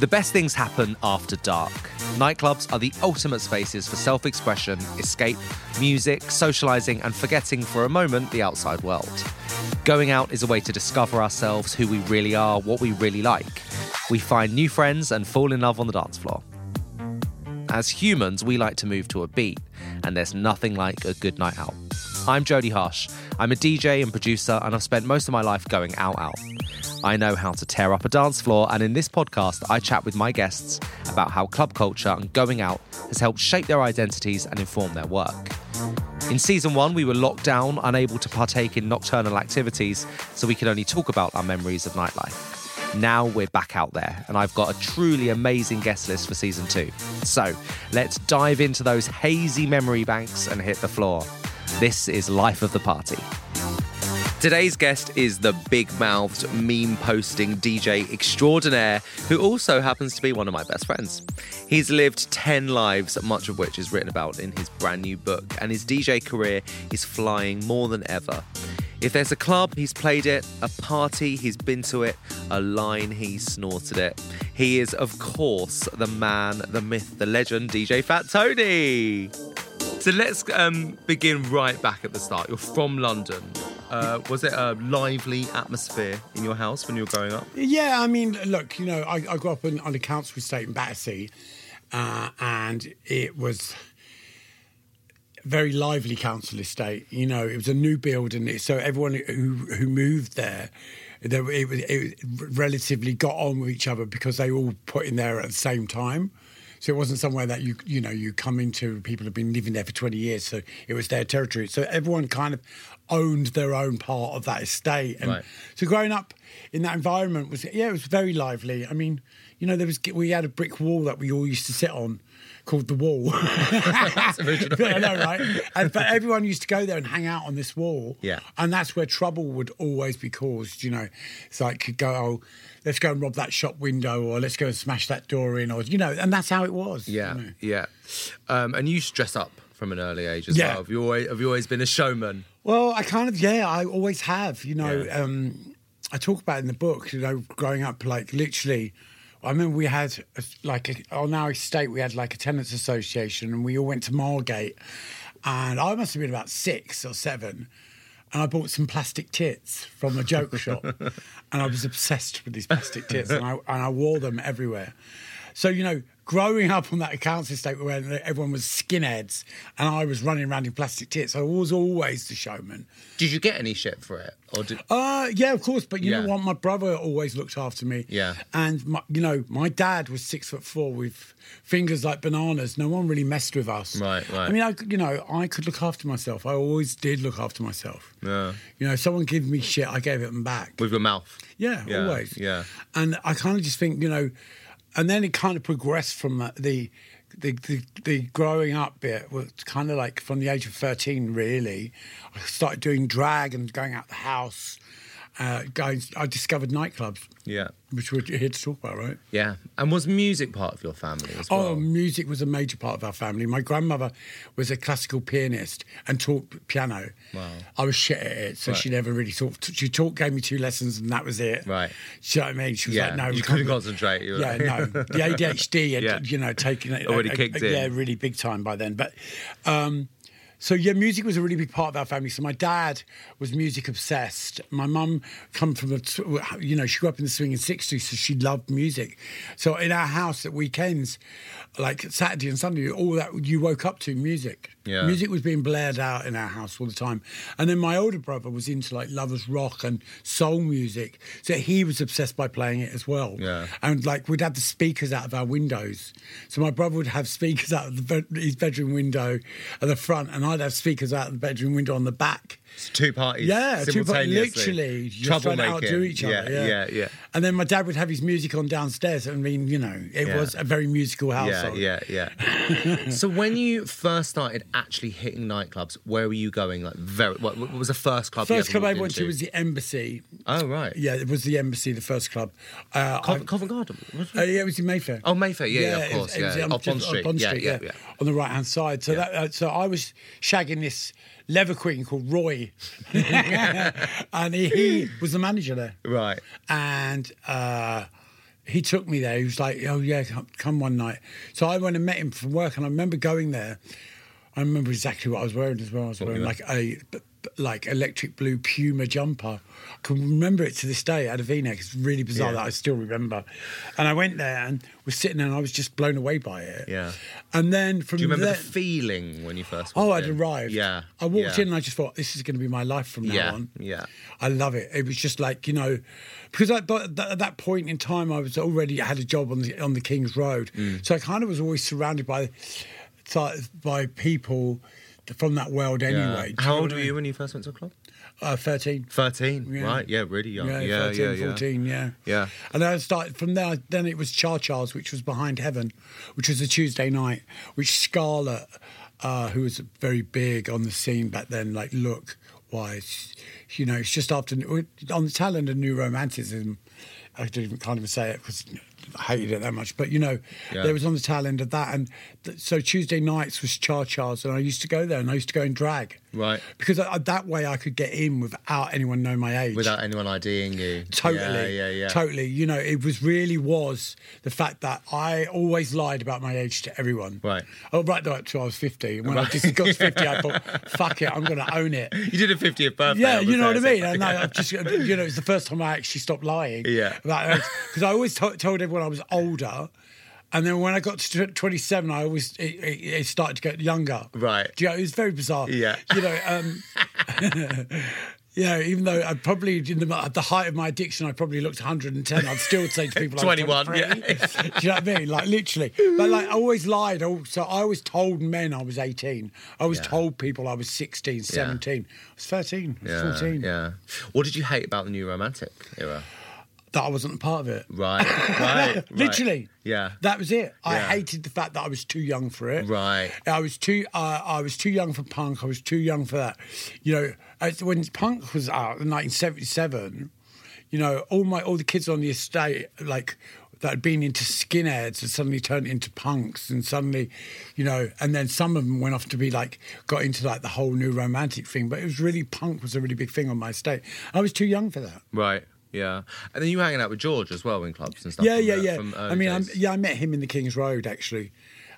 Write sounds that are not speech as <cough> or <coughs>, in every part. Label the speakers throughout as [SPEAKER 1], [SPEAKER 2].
[SPEAKER 1] The best things happen after dark. Nightclubs are the ultimate spaces for self expression, escape, music, socialising, and forgetting for a moment the outside world. Going out is a way to discover ourselves, who we really are, what we really like. We find new friends and fall in love on the dance floor. As humans, we like to move to a beat, and there's nothing like a good night out. I'm Jody Harsh. I'm a DJ and producer, and I've spent most of my life going out out. I know how to tear up a dance floor, and in this podcast, I chat with my guests about how club culture and going out has helped shape their identities and inform their work. In season one, we were locked down, unable to partake in nocturnal activities, so we could only talk about our memories of nightlife. Now we're back out there, and I've got a truly amazing guest list for season two. So let's dive into those hazy memory banks and hit the floor. This is Life of the Party. Today's guest is the big mouthed, meme posting DJ extraordinaire, who also happens to be one of my best friends. He's lived 10 lives, much of which is written about in his brand new book, and his DJ career is flying more than ever. If there's a club, he's played it, a party, he's been to it, a line, he snorted it. He is, of course, the man, the myth, the legend, DJ Fat Tony. So let's um, begin right back at the start. You're from London. Uh, was it a lively atmosphere in your house when you were growing up?
[SPEAKER 2] Yeah, I mean, look, you know, I, I grew up in, on a council estate in Battersea, uh, and it was a very lively council estate. You know, it was a new building, so everyone who who moved there, they, were- it, was- it relatively got on with each other because they all put in there at the same time. So it wasn't somewhere that you you know you come into. People have been living there for twenty years, so it was their territory. So everyone kind of owned their own part of that estate, and
[SPEAKER 1] Right.
[SPEAKER 2] so growing up in that environment was yeah, it was very lively. I mean, you know, there was we had a brick wall that we all used to sit on called the <laughs> wall.
[SPEAKER 1] original.
[SPEAKER 2] <laughs> I know, right? And, but everyone used to go there and hang out on this wall.
[SPEAKER 1] Yeah.
[SPEAKER 2] And that's where trouble would always be caused, you know. It's like could go, oh, let's go and rob that shop window or let's go and smash that door in or you know, and that's how it was. you
[SPEAKER 1] Yeah,
[SPEAKER 2] know.
[SPEAKER 1] yeah. Um, and you used to dress up from an early age as
[SPEAKER 2] Yeah.
[SPEAKER 1] well. Have you, always, have you always been a showman?
[SPEAKER 2] Well, I kind of yeah, I always have. You know,
[SPEAKER 1] Yeah.
[SPEAKER 2] um, I talk about it in the book. You know, growing up, like literally, I remember we had a, like a, on our estate we had like a tenants association, and we all went to Margate, and I must have been about six or seven. And I bought some plastic tits from a joke shop, and I was obsessed with these plastic tits, and I and I wore them everywhere. So you know, growing up on that council estate where everyone was skinheads, and I was running around in plastic tits, I was always the showman.
[SPEAKER 1] Did you get any shit for it? Or did...
[SPEAKER 2] Uh, yeah, of course. But you
[SPEAKER 1] Yeah.
[SPEAKER 2] know what? My brother always looked after me.
[SPEAKER 1] Yeah.
[SPEAKER 2] And, my, you know, my dad was six foot four with fingers like bananas. No one really messed with us.
[SPEAKER 1] Right, right.
[SPEAKER 2] I mean, I, could- you know, I could look after myself. I always did look after myself.
[SPEAKER 1] Yeah.
[SPEAKER 2] You know, if someone gave me shit, I gave it them back.
[SPEAKER 1] With your mouth?
[SPEAKER 2] Yeah,
[SPEAKER 1] Yeah,
[SPEAKER 2] always.
[SPEAKER 1] yeah.
[SPEAKER 2] And I kind of just think, you know, and then it kind of progressed from that- the the the, the growing up bit was kind of like from the age of thirteen. Really, I started doing drag and going out the house. Uh, going, I discovered nightclubs,
[SPEAKER 1] Yeah.
[SPEAKER 2] which we're here to talk about, right?
[SPEAKER 1] Yeah. And was music part of your family as well?
[SPEAKER 2] Oh, music was a major part of our family. My grandmother was a classical pianist and taught piano.
[SPEAKER 1] Wow.
[SPEAKER 2] I was shit at it, so
[SPEAKER 1] Right.
[SPEAKER 2] she never really taught. She taught, gave me two lessons, and that was it.
[SPEAKER 1] Right.
[SPEAKER 2] Do you know what I mean? She was
[SPEAKER 1] Yeah,
[SPEAKER 2] like, no,
[SPEAKER 1] you
[SPEAKER 2] we
[SPEAKER 1] couldn't
[SPEAKER 2] can't-
[SPEAKER 1] concentrate, you were <laughs>
[SPEAKER 2] yeah,
[SPEAKER 1] like-
[SPEAKER 2] no. The ADHD had,
[SPEAKER 1] Yeah.
[SPEAKER 2] you know, taken it.
[SPEAKER 1] Already
[SPEAKER 2] uh,
[SPEAKER 1] kicked
[SPEAKER 2] uh,
[SPEAKER 1] in.
[SPEAKER 2] Yeah, really big time by then. But, um, so yeah, music was a really big part of our family. So my dad was music obsessed. My mum come from a, t- you know, she grew up in the swinging sixties, so she loved music. So in our house at weekends, like Saturday and Sunday, all that you woke up to music.
[SPEAKER 1] Yeah.
[SPEAKER 2] Music was being blared out in our house all the time. And then my older brother was into like lovers rock and soul music, so he was obsessed by playing it as well
[SPEAKER 1] Yeah.
[SPEAKER 2] and like we'd have the speakers out of our windows. So my brother would have speakers out of the bed- his bedroom window at the front, and I'd have speakers out the bedroom window on the back.
[SPEAKER 1] It's two parties.
[SPEAKER 2] Yeah, two par-
[SPEAKER 1] simultaneously.
[SPEAKER 2] literally just
[SPEAKER 1] trouble
[SPEAKER 2] trying to outdo each other. Yeah,
[SPEAKER 1] yeah, yeah.
[SPEAKER 2] And then my dad would have his music on downstairs. I mean, you know, it
[SPEAKER 1] Yeah.
[SPEAKER 2] was a very musical
[SPEAKER 1] Yeah,
[SPEAKER 2] household.
[SPEAKER 1] yeah, yeah. so when you first started actually hitting nightclubs, where were you going? Like, very. What, what was the first club?
[SPEAKER 2] First
[SPEAKER 1] you ever
[SPEAKER 2] club I
[SPEAKER 1] walked
[SPEAKER 2] went to
[SPEAKER 1] into?
[SPEAKER 2] was the Embassy.
[SPEAKER 1] Oh right.
[SPEAKER 2] Yeah, it was the Embassy, the first club. Uh,
[SPEAKER 1] Covent, Covent Garden. was it?
[SPEAKER 2] Uh, yeah, it was in Mayfair.
[SPEAKER 1] Oh, Mayfair, yeah, yeah, of
[SPEAKER 2] it was-
[SPEAKER 1] course,
[SPEAKER 2] it was,
[SPEAKER 1] yeah.
[SPEAKER 2] um,
[SPEAKER 1] Off Bond
[SPEAKER 2] just
[SPEAKER 1] Street, yeah, yeah, yeah.
[SPEAKER 2] On the right hand side. So that, uh, so I was shagging this leather queen called Roy, <laughs> and he, he was the manager there,
[SPEAKER 1] Right.
[SPEAKER 2] and. Uh, he took me there. He was like, "Oh yeah, come, come one night." So I went and met him from work, and I remember going there. I remember exactly what I was wearing as well. I was wearing like a b- b- like electric blue Puma jumper. I can remember it to this day. I had a V-neck. It's really bizarre
[SPEAKER 1] Yeah.
[SPEAKER 2] that I still remember. And I went there and was sitting there, and I was just blown away by it.
[SPEAKER 1] Yeah.
[SPEAKER 2] And then from
[SPEAKER 1] Do you remember
[SPEAKER 2] there,
[SPEAKER 1] the feeling when you first?
[SPEAKER 2] Um, oh,
[SPEAKER 1] walked
[SPEAKER 2] I'd
[SPEAKER 1] in?
[SPEAKER 2] arrived.
[SPEAKER 1] Yeah.
[SPEAKER 2] I walked
[SPEAKER 1] yeah.
[SPEAKER 2] in and I just thought this is going to be my life from now
[SPEAKER 1] Yeah,
[SPEAKER 2] on.
[SPEAKER 1] yeah.
[SPEAKER 2] I love it. It was just like you know, because I, but th- at that point in time, I was already I had a job on the on the King's Road,
[SPEAKER 1] Mm.
[SPEAKER 2] so I kind of was always surrounded by by people from that world
[SPEAKER 1] Yeah.
[SPEAKER 2] anyway. Do
[SPEAKER 1] How
[SPEAKER 2] know
[SPEAKER 1] old
[SPEAKER 2] what
[SPEAKER 1] were
[SPEAKER 2] I
[SPEAKER 1] you
[SPEAKER 2] mean?
[SPEAKER 1] when you first went to a club?
[SPEAKER 2] Uh, Thirteen.
[SPEAKER 1] 13,
[SPEAKER 2] Yeah.
[SPEAKER 1] right? Yeah, really young.
[SPEAKER 2] Yeah,
[SPEAKER 1] Yeah, yeah,
[SPEAKER 2] 13,
[SPEAKER 1] yeah.
[SPEAKER 2] 14, yeah.
[SPEAKER 1] Yeah.
[SPEAKER 2] And then I started from there. Then it was Char Charles, which was behind Heaven, which was a Tuesday night, which Scarlett, uh, who was very big on the scene back then, like look wise, you know, it's just after on the talent of New Romanticism. I didn't, can't even say it because I hated it that much, but you know,
[SPEAKER 1] Yeah.
[SPEAKER 2] there was on the tail end of that, and th- so Tuesday nights was Char Charles, and I used to go there, and I used to go in drag,
[SPEAKER 1] Right.
[SPEAKER 2] Because I, I- that way I could get in without anyone knowing my age,
[SPEAKER 1] Without anyone IDing you.
[SPEAKER 2] Totally.
[SPEAKER 1] Yeah, yeah, yeah.
[SPEAKER 2] Totally. You know, it was really was the fact that I always lied about my age to everyone.
[SPEAKER 1] Right.
[SPEAKER 2] Oh, right though, up till I was 50. When I just got to 50, I
[SPEAKER 1] <laughs>
[SPEAKER 2] thought, fuck it, I'm going to own it.
[SPEAKER 1] You did a 50th birthday.
[SPEAKER 2] Yeah,
[SPEAKER 1] on
[SPEAKER 2] you
[SPEAKER 1] the
[SPEAKER 2] know what I
[SPEAKER 1] Thursday.
[SPEAKER 2] mean. And I, I just, uh, you know, it's the first time I actually stopped lying.
[SPEAKER 1] Yeah.
[SPEAKER 2] because I always to- told everyone I was older, and then when I got to tw- 27, I always it, it, it started to get younger.
[SPEAKER 1] Right.
[SPEAKER 2] Do you know, it was very bizarre.
[SPEAKER 1] Yeah.
[SPEAKER 2] you know. Um, <laughs> You know, even though I probably in the, at the height of my addiction, I probably looked 110. I'd still say
[SPEAKER 1] <laughs>
[SPEAKER 2] to people,
[SPEAKER 1] 21,
[SPEAKER 2] I was 23. <laughs> Do you know what I mean? Like literally, but like I always lied. Also, I always told men I was 18. I always told people I was 16, 17. I was 13. I was
[SPEAKER 1] Yeah,
[SPEAKER 2] 14.
[SPEAKER 1] yeah. What did you hate about the new romantic
[SPEAKER 2] <coughs>
[SPEAKER 1] era?
[SPEAKER 2] That I wasn't a part of it.
[SPEAKER 1] Right, right. right.
[SPEAKER 2] <laughs> Literally.
[SPEAKER 1] Yeah.
[SPEAKER 2] That was it. I
[SPEAKER 1] Yeah.
[SPEAKER 2] hated the fact that I was too young for it.
[SPEAKER 1] Right.
[SPEAKER 2] I was too. Uh, I was too young for punk. I was too young for that. You know, as- when punk was out in 1977, you know, all my all the kids on the estate like that had been into skinheads and suddenly turned into punks and suddenly, you know, and then some of them went off to be like got into like the whole new romantic thing. But it was really punk was a really big thing on my estate. I was too young for that.
[SPEAKER 1] Right. Yeah. And then you were hanging out with George as well in clubs and stuff.
[SPEAKER 2] Yeah,
[SPEAKER 1] from
[SPEAKER 2] yeah,
[SPEAKER 1] the-
[SPEAKER 2] yeah.
[SPEAKER 1] from early
[SPEAKER 2] I mean, I'm,
[SPEAKER 1] days.
[SPEAKER 2] yeah, I met him in the King's Road actually,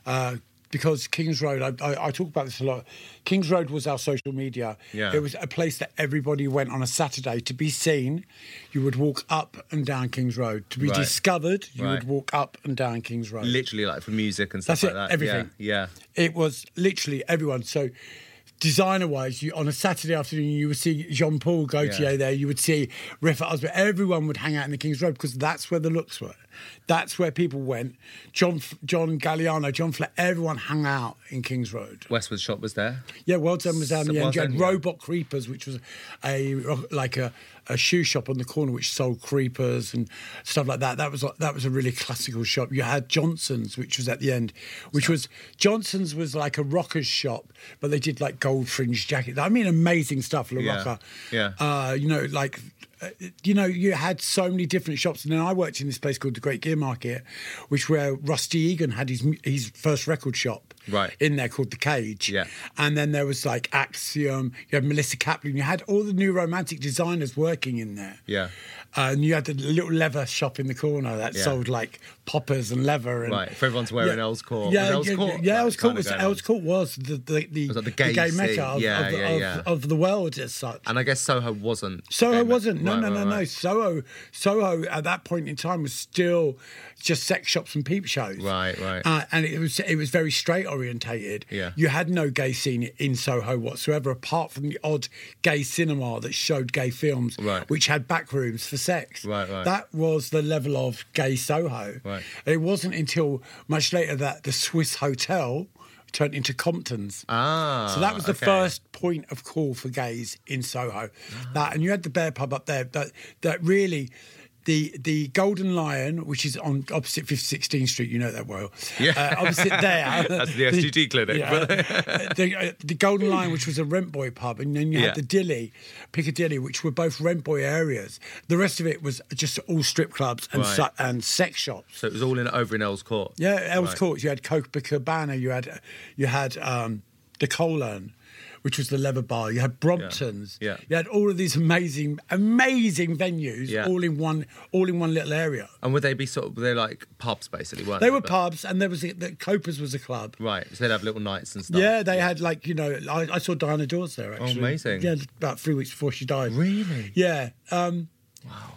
[SPEAKER 2] uh, because King's Road. I, I, I talk about this a lot. King's Road was our social media.
[SPEAKER 1] Yeah.
[SPEAKER 2] It was a place that everybody went on a Saturday to be seen. You would walk up and down King's Road to be
[SPEAKER 1] Right.
[SPEAKER 2] discovered. You
[SPEAKER 1] Right.
[SPEAKER 2] would walk up and down King's Road.
[SPEAKER 1] Literally, like for music and stuff
[SPEAKER 2] That's it,
[SPEAKER 1] like that.
[SPEAKER 2] everything.
[SPEAKER 1] Yeah.
[SPEAKER 2] It was literally everyone. So, designer wise, you on a Saturday afternoon, you would see Jean Paul Gaultier
[SPEAKER 1] Yeah.
[SPEAKER 2] there. You would see Riff Osborne. Everyone would hang out in the King's Road because that's where the looks were. That's where people went. John F- John Galliano, John Flair, everyone hung out in King's Road.
[SPEAKER 1] yeah. Westwood Shop was there.
[SPEAKER 2] Yeah, well done was down
[SPEAKER 1] So
[SPEAKER 2] the
[SPEAKER 1] well
[SPEAKER 2] end. You had
[SPEAKER 1] done, yeah.
[SPEAKER 2] Robot Creepers, which was a like a, a shoe shop on the corner which sold creepers and stuff like that. That was like- that was a really classical shop. You had Johnson's, which was at the end, which was Johnson's was like a rocker's shop, but they did like gold fringe jackets. I mean, amazing stuff, La
[SPEAKER 1] Yeah,
[SPEAKER 2] Rocker.
[SPEAKER 1] yeah.
[SPEAKER 2] Uh, you know, like. uh, You know, you had so many different shops, and then I worked in this place called the Great Gear Market, which where Rusty Egan had his mu- his first record shop
[SPEAKER 1] Right.
[SPEAKER 2] in there called the Cage.
[SPEAKER 1] Yeah.
[SPEAKER 2] And then there was like Axiom, you had Melissa Kaplan, you had all the new romantic designers working in there.
[SPEAKER 1] Yeah.
[SPEAKER 2] Uh, and you had the little leather shop in the corner that
[SPEAKER 1] Yeah.
[SPEAKER 2] sold like poppers and leather. And,
[SPEAKER 1] Right, for everyone to wear in Earls Court.
[SPEAKER 2] Yeah,
[SPEAKER 1] Was Earls
[SPEAKER 2] yeah,
[SPEAKER 1] Court
[SPEAKER 2] yeah,
[SPEAKER 1] like
[SPEAKER 2] Earls
[SPEAKER 1] kinda
[SPEAKER 2] Court was,
[SPEAKER 1] going
[SPEAKER 2] Earls
[SPEAKER 1] on?
[SPEAKER 2] Court was the, the, the,
[SPEAKER 1] was like the
[SPEAKER 2] the
[SPEAKER 1] gay scene.
[SPEAKER 2] mecca of,
[SPEAKER 1] Yeah,
[SPEAKER 2] of, the-
[SPEAKER 1] yeah,
[SPEAKER 2] of,
[SPEAKER 1] yeah.
[SPEAKER 2] of the world as such.
[SPEAKER 1] And I guess Soho wasn't.
[SPEAKER 2] Soho
[SPEAKER 1] Game-
[SPEAKER 2] wasn't. No,
[SPEAKER 1] Right,
[SPEAKER 2] no,
[SPEAKER 1] right,
[SPEAKER 2] no, no.
[SPEAKER 1] right.
[SPEAKER 2] Soho, Soho at that point in time was still just sex shops and peep shows.
[SPEAKER 1] Right, right.
[SPEAKER 2] Uh, and it was it was very straight orientated.
[SPEAKER 1] Yeah.
[SPEAKER 2] You had no gay scene in Soho whatsoever, apart from the odd gay cinema that showed gay films,
[SPEAKER 1] Right.
[SPEAKER 2] which had back rooms for sex.
[SPEAKER 1] Right, right.
[SPEAKER 2] That was the level of gay Soho.
[SPEAKER 1] Right.
[SPEAKER 2] It wasn't until much later that the Swiss Hotel. turned into Comptons.
[SPEAKER 1] Ah.
[SPEAKER 2] So that was the
[SPEAKER 1] okay.
[SPEAKER 2] first point of call for gays in Soho. That and you had the Bear Pub up there. That that really. The, the Golden Lion, which is on opposite 16th Street, you know that well.
[SPEAKER 1] Yeah.
[SPEAKER 2] Uh, opposite there.
[SPEAKER 1] <laughs> That's the
[SPEAKER 2] <laughs>
[SPEAKER 1] SGD clinic,
[SPEAKER 2] uh, <laughs> the, uh, the Golden Lion, which was a rent boy pub, and then you
[SPEAKER 1] Yeah.
[SPEAKER 2] had the Dilly, Piccadilly, which were both rent boy areas. The rest of it was just all strip clubs and,
[SPEAKER 1] Right.
[SPEAKER 2] su- and sex shops.
[SPEAKER 1] So it was all in over in Earl's Court.
[SPEAKER 2] Yeah, Ells
[SPEAKER 1] Right.
[SPEAKER 2] Court. You had Coca Cabana. You had you had um, the Colon, which was the leather bar. You had Bromptons.
[SPEAKER 1] Yeah.
[SPEAKER 2] You had all of these amazing, amazing venues,
[SPEAKER 1] Yeah.
[SPEAKER 2] all in one, all in one little area.
[SPEAKER 1] And would they be sort of they're like pubs basically, weren't they?
[SPEAKER 2] They were
[SPEAKER 1] But-
[SPEAKER 2] pubs, and there was a, the Copas was a club.
[SPEAKER 1] Right. So they'd have little nights and stuff. Oh,
[SPEAKER 2] Yeah, they had like you know, I, I saw Diana Dawes there actually.
[SPEAKER 1] amazing.
[SPEAKER 2] Yeah, about three weeks before she died.
[SPEAKER 1] Really?
[SPEAKER 2] Yeah. Um,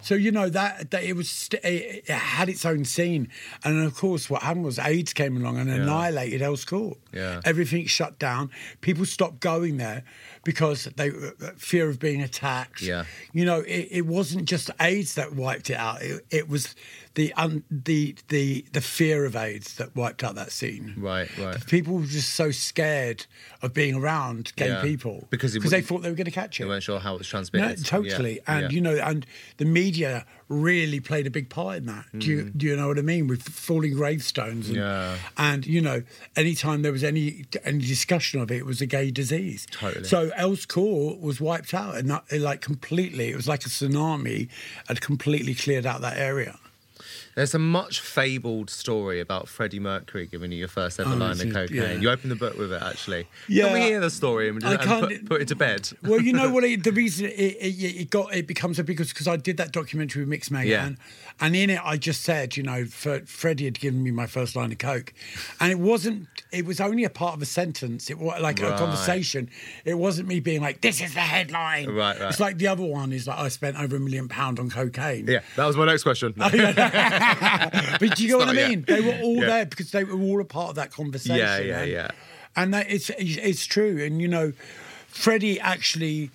[SPEAKER 2] So you know that, that it was st- it, it had its own scene, and of course what happened was AIDS came along and annihilated Hell's Court.
[SPEAKER 1] Yeah.
[SPEAKER 2] everything shut down. People stopped going there because they fear of being attacked.
[SPEAKER 1] Yeah.
[SPEAKER 2] you know it, it wasn't just AIDS that wiped it out. It, it was the un, the the the fear of AIDS that wiped out that scene.
[SPEAKER 1] Right, right.
[SPEAKER 2] People were just so scared of being around gay
[SPEAKER 1] Yeah.
[SPEAKER 2] people
[SPEAKER 1] Because it
[SPEAKER 2] they
[SPEAKER 1] wouldn't-
[SPEAKER 2] thought they were going to catch it.
[SPEAKER 1] They weren't sure how it was
[SPEAKER 2] No,
[SPEAKER 1] transmitted.
[SPEAKER 2] totally.
[SPEAKER 1] Yeah,
[SPEAKER 2] And
[SPEAKER 1] yeah.
[SPEAKER 2] you know, and the media really played a big part in that. Do you do you know what I mean? With falling gravestones and
[SPEAKER 1] Mm. Yeah.
[SPEAKER 2] and you know, anytime there was any any discussion of it, it was a gay disease.
[SPEAKER 1] Totally.
[SPEAKER 2] So Ell's Court was wiped out and that, like completely it was like a tsunami had completely cleared out that area.
[SPEAKER 1] There's a much fabled story about Freddie Mercury giving you your first ever
[SPEAKER 2] Oh,
[SPEAKER 1] line of
[SPEAKER 2] is it?
[SPEAKER 1] cocaine.
[SPEAKER 2] Yeah.
[SPEAKER 1] You open the book with it, actually.
[SPEAKER 2] Yeah.
[SPEAKER 1] Can we hear the story and,
[SPEAKER 2] I
[SPEAKER 1] and put,
[SPEAKER 2] can't- e-
[SPEAKER 1] put it to
[SPEAKER 2] <laughs>
[SPEAKER 1] bed? <laughs>
[SPEAKER 2] well, you know what? It, the reason it, it, it got it becomes a because because I did that documentary with Mix Magan,
[SPEAKER 1] Yeah.
[SPEAKER 2] and, and in it I just said, you know, Fre- Freddie had given me my first line of coke, and it wasn't. It was only a part of a sentence. It was like
[SPEAKER 1] Right.
[SPEAKER 2] a conversation. It wasn't me being like, "This is the headline."
[SPEAKER 1] Right, right.
[SPEAKER 2] It's like the other one is like, "I spent over a million pound on cocaine."
[SPEAKER 1] Yeah, <laughs> that was my next question.
[SPEAKER 2] Oh, <laughs> but do you know what I
[SPEAKER 1] not yet.
[SPEAKER 2] mean? They were all
[SPEAKER 1] Yeah.
[SPEAKER 2] there because they were all a part of that conversation.
[SPEAKER 1] Yeah, yeah,
[SPEAKER 2] and,
[SPEAKER 1] yeah.
[SPEAKER 2] And that it's it's true. And you know, Freddie actually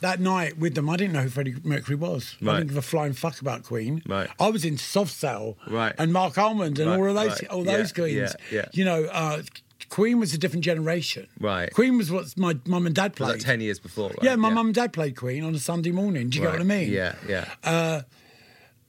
[SPEAKER 2] that night with them, I didn't know who Freddie Mercury was. I
[SPEAKER 1] Right.
[SPEAKER 2] didn't give a flying fuck about Queen.
[SPEAKER 1] Right.
[SPEAKER 2] I was in Soft Cell.
[SPEAKER 1] Right.
[SPEAKER 2] And Mark Almond and
[SPEAKER 1] Right,
[SPEAKER 2] all of those
[SPEAKER 1] right.
[SPEAKER 2] all
[SPEAKER 1] Yeah,
[SPEAKER 2] those queens.
[SPEAKER 1] yeah, yeah.
[SPEAKER 2] You know. Uh, Queen was a different generation.
[SPEAKER 1] Right.
[SPEAKER 2] Queen was what my mum and dad
[SPEAKER 1] It was
[SPEAKER 2] played.
[SPEAKER 1] like 10 years before, right?
[SPEAKER 2] yeah, my mum and dad played Queen on a Sunday morning. Do you
[SPEAKER 1] Right.
[SPEAKER 2] get what I mean? Uh,
[SPEAKER 1] Yeah, yeah.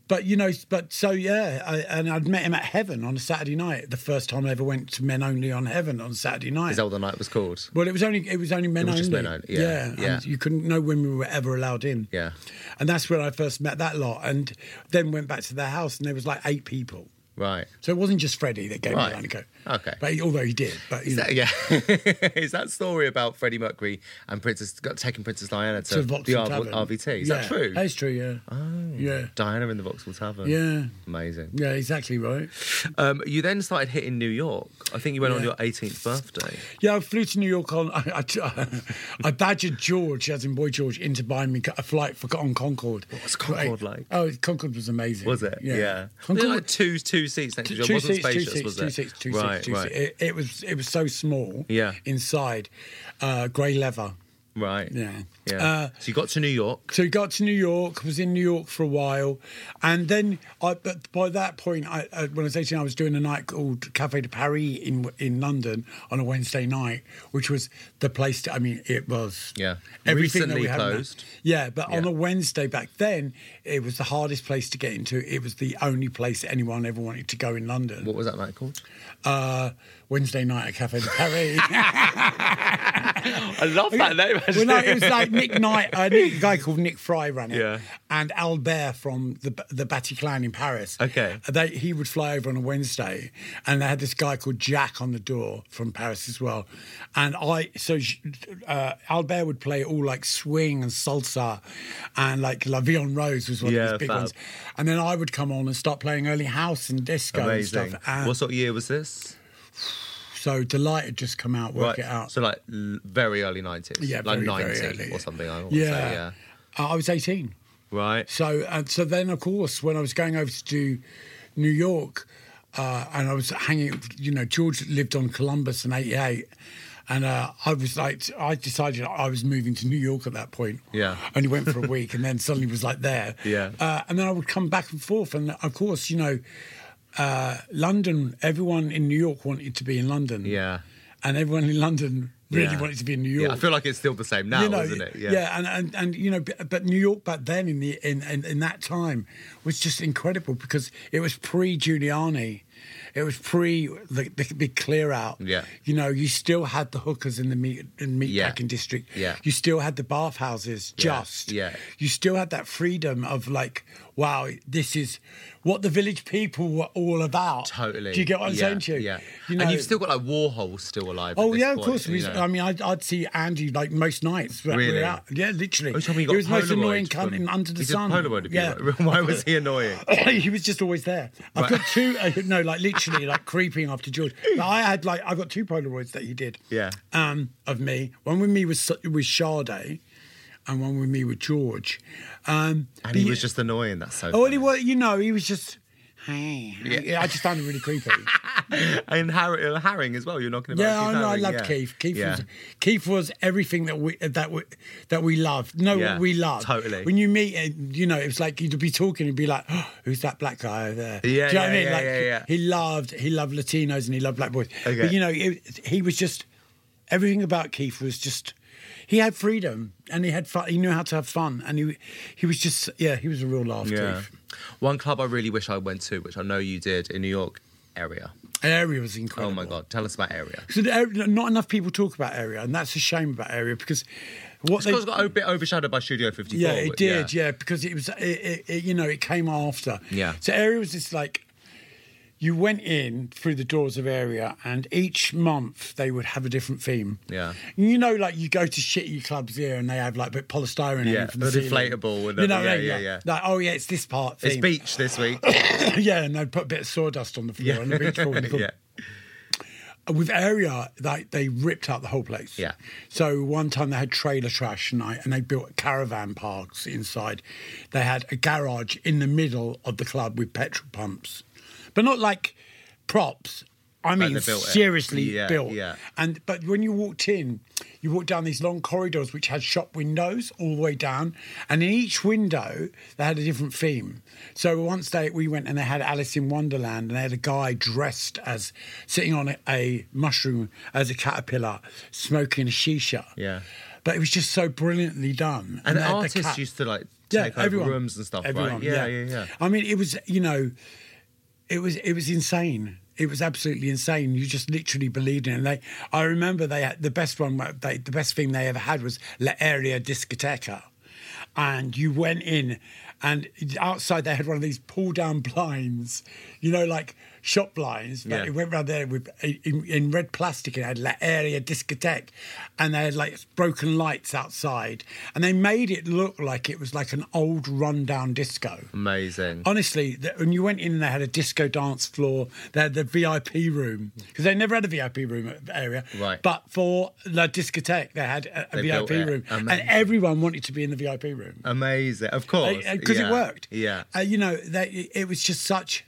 [SPEAKER 2] But you know, but so yeah, I, and I'd met him at Heaven on a Saturday night. The first time I ever went to Men Only on Heaven on Saturday night.
[SPEAKER 1] Is that what the night was
[SPEAKER 2] <laughs>
[SPEAKER 1] called?
[SPEAKER 2] well, it was only it was only Men
[SPEAKER 1] was
[SPEAKER 2] Only.
[SPEAKER 1] just men only, yeah, yeah.
[SPEAKER 2] And you couldn't. No women were ever allowed in.
[SPEAKER 1] Yeah.
[SPEAKER 2] And that's when I first met that lot, and then went back to their house, and there was like eight people.
[SPEAKER 1] Right.
[SPEAKER 2] So it wasn't just Freddie that gave
[SPEAKER 1] Right.
[SPEAKER 2] me Lanico.
[SPEAKER 1] Okay.
[SPEAKER 2] But he, although he did, but you know,
[SPEAKER 1] Yeah. <laughs> Is that story about Freddie Mercury and Princess got taking Princess Diana to,
[SPEAKER 2] to
[SPEAKER 1] the
[SPEAKER 2] Vauxhall
[SPEAKER 1] R-
[SPEAKER 2] Tavern.
[SPEAKER 1] RVT? Is
[SPEAKER 2] yeah,
[SPEAKER 1] that true? Oh.
[SPEAKER 2] That's true. Yeah. Yeah.
[SPEAKER 1] Diana in the Vauxhall Tavern.
[SPEAKER 2] Yeah.
[SPEAKER 1] Amazing.
[SPEAKER 2] Yeah. Exactly right.
[SPEAKER 1] Um, you then started hitting New York. I think you went on
[SPEAKER 2] Yeah.
[SPEAKER 1] your 18th birthday.
[SPEAKER 2] Yeah, I flew to New York on. <laughs> I, I, I badgered George, as in Boy George, into buying me a flight for on Concorde. What
[SPEAKER 1] was Concorde like?
[SPEAKER 2] Oh, Concorde was amazing.
[SPEAKER 1] Was it? Yeah. They
[SPEAKER 2] Concorde,
[SPEAKER 1] had, like two two seats next to
[SPEAKER 2] two,
[SPEAKER 1] each other.
[SPEAKER 2] two
[SPEAKER 1] wasn't
[SPEAKER 2] seats, two
[SPEAKER 1] spacious,
[SPEAKER 2] seats,
[SPEAKER 1] was
[SPEAKER 2] two
[SPEAKER 1] it?
[SPEAKER 2] seats, two
[SPEAKER 1] right,
[SPEAKER 2] seats, two
[SPEAKER 1] right,
[SPEAKER 2] seats. It, it was it was so small.
[SPEAKER 1] Yeah.
[SPEAKER 2] Inside, uh, grey leather.
[SPEAKER 1] right.
[SPEAKER 2] Yeah.
[SPEAKER 1] yeah.
[SPEAKER 2] Uh,
[SPEAKER 1] so you got to New York.
[SPEAKER 2] So he got to New York, was in New York for a while, and then I, but by that point, I, I, when I was eighteen, I was doing a night called Cafe de Paris in in London on a Wednesday night, which was the place. To, I mean, it was
[SPEAKER 1] Yeah.
[SPEAKER 2] everything that
[SPEAKER 1] Recently
[SPEAKER 2] we have now.
[SPEAKER 1] closed.
[SPEAKER 2] Yeah, but on
[SPEAKER 1] Yeah.
[SPEAKER 2] a Wednesday back then, it was the hardest place to get into. It was the only place anyone ever wanted to go in London.
[SPEAKER 1] What was that night called?
[SPEAKER 2] Uh, Wednesday night at Cafe de
[SPEAKER 1] <laughs>
[SPEAKER 2] Paris.
[SPEAKER 1] I
[SPEAKER 2] Oh,
[SPEAKER 1] love that name.
[SPEAKER 2] well, no, it was
[SPEAKER 1] <laughs>
[SPEAKER 2] like Nick Knight, uh, Nick, a guy called Nick Fry ran it,
[SPEAKER 1] Yeah.
[SPEAKER 2] and Albert from the the Batty Clan in Paris.
[SPEAKER 1] Okay.
[SPEAKER 2] they, he would fly over on a Wednesday, and they had this guy called Jack on the door from Paris as well. And I, so uh, Albert would play all like swing and salsa, and like La Vie en Rose was one of
[SPEAKER 1] Yeah,
[SPEAKER 2] his big
[SPEAKER 1] fab.
[SPEAKER 2] ones. And then I would come on and start playing early house and disco and
[SPEAKER 1] Amazing.
[SPEAKER 2] stuff. uh, And
[SPEAKER 1] what sort of year was this?
[SPEAKER 2] so Delight had just come out, work
[SPEAKER 1] right.
[SPEAKER 2] it out.
[SPEAKER 1] So like l- very early nineties.
[SPEAKER 2] Yeah,
[SPEAKER 1] like
[SPEAKER 2] very, very
[SPEAKER 1] ninety
[SPEAKER 2] early.
[SPEAKER 1] or something. I would
[SPEAKER 2] yeah.
[SPEAKER 1] Say, yeah.
[SPEAKER 2] Uh, I was 18.
[SPEAKER 1] Right.
[SPEAKER 2] So and so then, of course, when I was going over to do New York, uh, and I was hanging, you know, George lived on Columbus in '88, and uh, I was like, I decided I was moving to New York at that point.
[SPEAKER 1] Yeah.
[SPEAKER 2] only
[SPEAKER 1] <laughs>
[SPEAKER 2] went for a week, and then suddenly was like there.
[SPEAKER 1] Yeah.
[SPEAKER 2] uh, and then I would come back and forth, and of course, you know. Uh, London, everyone in New York wanted to be in London.
[SPEAKER 1] Yeah.
[SPEAKER 2] and everyone in London really
[SPEAKER 1] Yeah.
[SPEAKER 2] wanted to be in New
[SPEAKER 1] Yeah,
[SPEAKER 2] York.
[SPEAKER 1] I feel like it's still the same now,
[SPEAKER 2] you know,
[SPEAKER 1] isn't it?
[SPEAKER 2] and, and and you know, b- but New York back then in the in, in in that time was just incredible because it was pre Giuliani, it was pre the, the big clear out.
[SPEAKER 1] Yeah.
[SPEAKER 2] you know, you still had the hookers in the meat in meat
[SPEAKER 1] Yeah.
[SPEAKER 2] packing district.
[SPEAKER 1] Yeah.
[SPEAKER 2] you still had the bathhouses. Just
[SPEAKER 1] Yeah.
[SPEAKER 2] you still had that freedom of like, wow, this is what the village people were all about.
[SPEAKER 1] Totally.
[SPEAKER 2] Do you get what I'm
[SPEAKER 1] yeah,
[SPEAKER 2] saying to you?
[SPEAKER 1] Yeah.
[SPEAKER 2] You know,
[SPEAKER 1] and you've still got like Warhol still alive. at
[SPEAKER 2] Oh
[SPEAKER 1] this
[SPEAKER 2] yeah,
[SPEAKER 1] point,
[SPEAKER 2] of course.
[SPEAKER 1] you
[SPEAKER 2] We,
[SPEAKER 1] know.
[SPEAKER 2] I mean, I'd, I'd see Andy like most nights. when we were
[SPEAKER 1] Really?
[SPEAKER 2] out. Yeah, literally.
[SPEAKER 1] Oh, you told me you got
[SPEAKER 2] he was the most
[SPEAKER 1] Polaroid
[SPEAKER 2] annoying cunt
[SPEAKER 1] from-
[SPEAKER 2] in Under the
[SPEAKER 1] he did
[SPEAKER 2] Sun.
[SPEAKER 1] Polaroid of you,
[SPEAKER 2] yeah.
[SPEAKER 1] right? <laughs> Why was he
[SPEAKER 2] <laughs>
[SPEAKER 1] annoying? <laughs>
[SPEAKER 2] he was just always there. I've got two. uh, No, like literally, like creeping after George. But I had like I've got two Polaroids that he did.
[SPEAKER 1] Yeah.
[SPEAKER 2] Um, of me, one with me was with Sade, and one with me with George. Um,
[SPEAKER 1] And he was just annoying. That's so.
[SPEAKER 2] oh, well,
[SPEAKER 1] funny.
[SPEAKER 2] he was. You know, he was just. Hey, yeah. I just found him really creepy.
[SPEAKER 1] And Har- Haring as well. You're knocking about.
[SPEAKER 2] Yeah,
[SPEAKER 1] Keith
[SPEAKER 2] I know. I
[SPEAKER 1] Haring,
[SPEAKER 2] loved
[SPEAKER 1] yeah.
[SPEAKER 2] Keith. Keith
[SPEAKER 1] yeah.
[SPEAKER 2] was Keith was everything that we that we that we loved. No,
[SPEAKER 1] Yeah,
[SPEAKER 2] we loved
[SPEAKER 1] totally.
[SPEAKER 2] When you meet, him, you know, it was like you'd be talking and be like, oh, "Who's that black guy over
[SPEAKER 1] Yeah,
[SPEAKER 2] there?" Do you know what I
[SPEAKER 1] yeah,
[SPEAKER 2] mean?
[SPEAKER 1] yeah,
[SPEAKER 2] like
[SPEAKER 1] yeah, yeah.
[SPEAKER 2] he loved he loved Latinos and he loved black boys.
[SPEAKER 1] Okay.
[SPEAKER 2] But you know, it, he was just everything about Keith was just. He had freedom and he had fun. He knew how to have fun and he he was just yeah he was a real laugh.
[SPEAKER 1] Yeah.
[SPEAKER 2] Keith.
[SPEAKER 1] One club I really wish I went to, which I know you did in New York area.
[SPEAKER 2] Area was
[SPEAKER 1] Oh
[SPEAKER 2] incredible.
[SPEAKER 1] my God. Tell us about area.
[SPEAKER 2] So the area, not enough people talk about area, and that's a shame about area because what
[SPEAKER 1] It's
[SPEAKER 2] they
[SPEAKER 1] 'cause it got a bit overshadowed by Studio 54.
[SPEAKER 2] Yeah, it
[SPEAKER 1] but
[SPEAKER 2] did. Yeah. because it was, it, it, it, you know, it came after.
[SPEAKER 1] Yeah.
[SPEAKER 2] So area was just like, you went in through the doors of area, and each month they would have a different theme.
[SPEAKER 1] Yeah.
[SPEAKER 2] You know, like you go to shitty clubs here, and they have like bit polystyrene.
[SPEAKER 1] Yeah,
[SPEAKER 2] hanging from the
[SPEAKER 1] the
[SPEAKER 2] ceiling.
[SPEAKER 1] deflatable and
[SPEAKER 2] You know,
[SPEAKER 1] the-
[SPEAKER 2] what I
[SPEAKER 1] yeah,
[SPEAKER 2] mean?
[SPEAKER 1] yeah, yeah.
[SPEAKER 2] Like, oh yeah, it's this part.
[SPEAKER 1] It's
[SPEAKER 2] theme.
[SPEAKER 1] beach this week. <coughs>
[SPEAKER 2] <coughs> yeah, and they put a bit of sawdust on the floor and the beach
[SPEAKER 1] <laughs>
[SPEAKER 2] ball. and the-
[SPEAKER 1] yeah.
[SPEAKER 2] uh, with area like they ripped out the whole place
[SPEAKER 1] Yeah.
[SPEAKER 2] so one time they had trailer trash night and they built caravan parks inside they had a garage in the middle of the club with petrol pumps but not like props i mean
[SPEAKER 1] they built it.
[SPEAKER 2] seriously
[SPEAKER 1] Yeah,
[SPEAKER 2] built
[SPEAKER 1] yeah.
[SPEAKER 2] and but when you walked in you walked down these long corridors which had shop windows all the way down and in each window they had a different theme so once they we went and they had alice in wonderland and they had a guy dressed as sitting on a, a mushroom as a caterpillar smoking a shisha
[SPEAKER 1] Yeah.
[SPEAKER 2] but it was just so brilliantly done
[SPEAKER 1] And
[SPEAKER 2] they had the
[SPEAKER 1] artists
[SPEAKER 2] cat-
[SPEAKER 1] used to like
[SPEAKER 2] yeah,
[SPEAKER 1] take
[SPEAKER 2] everyone.
[SPEAKER 1] over rooms and stuff,
[SPEAKER 2] Everyone,
[SPEAKER 1] right? Yeah, yeah, yeah.
[SPEAKER 2] I mean, it was you know, it was it was insane. It was absolutely insane. You just literally believed in it. And they, I remember they had the best one. where They, the best thing they ever had was La Area Discoteca, and you went in, and outside they had one of these pull down blinds, you know, like shop blinds. But
[SPEAKER 1] Yeah.
[SPEAKER 2] it went round there with in, in red plastic. and It had La Area Discoteque, and they had like broken lights outside, and they made it look like it was like an old rundown disco.
[SPEAKER 1] Amazing.
[SPEAKER 2] Honestly, th- when you went in, they had a disco dance floor. They had the VIP room because they never had a VIP room at the area.
[SPEAKER 1] Right.
[SPEAKER 2] But for La Discotheque, they had a, a
[SPEAKER 1] They built
[SPEAKER 2] VIP
[SPEAKER 1] it.
[SPEAKER 2] room,
[SPEAKER 1] Amazing.
[SPEAKER 2] and everyone wanted to be in the VIP room
[SPEAKER 1] Amazing. Of course.
[SPEAKER 2] because
[SPEAKER 1] yeah.
[SPEAKER 2] it worked.
[SPEAKER 1] Yeah.
[SPEAKER 2] Uh, you know, they, it was just such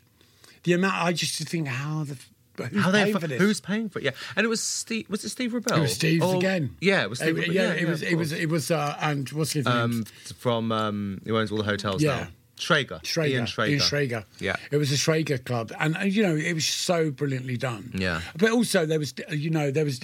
[SPEAKER 2] the amount. I just think how the f- who's
[SPEAKER 1] How they
[SPEAKER 2] paying
[SPEAKER 1] fu-
[SPEAKER 2] for this?
[SPEAKER 1] Who's paying for it? Yeah, and it was Steve. Was it Steve Rebell?
[SPEAKER 2] it was Steve's
[SPEAKER 1] Or-
[SPEAKER 2] again.
[SPEAKER 1] Yeah, it was Steve.
[SPEAKER 2] It,
[SPEAKER 1] Rebell.
[SPEAKER 2] yeah, it was.
[SPEAKER 1] of
[SPEAKER 2] It was.
[SPEAKER 1] course.
[SPEAKER 2] It was. Uh, and what's his name?
[SPEAKER 1] um, from um, who owns all the hotels
[SPEAKER 2] Yeah.
[SPEAKER 1] now? Schrager.
[SPEAKER 2] Schrager.
[SPEAKER 1] Ian Schrager.
[SPEAKER 2] Schrager.
[SPEAKER 1] Yeah.
[SPEAKER 2] It was a Schrager club, and uh, you know it was so brilliantly done.
[SPEAKER 1] Yeah.
[SPEAKER 2] But also there was, uh, you know, there was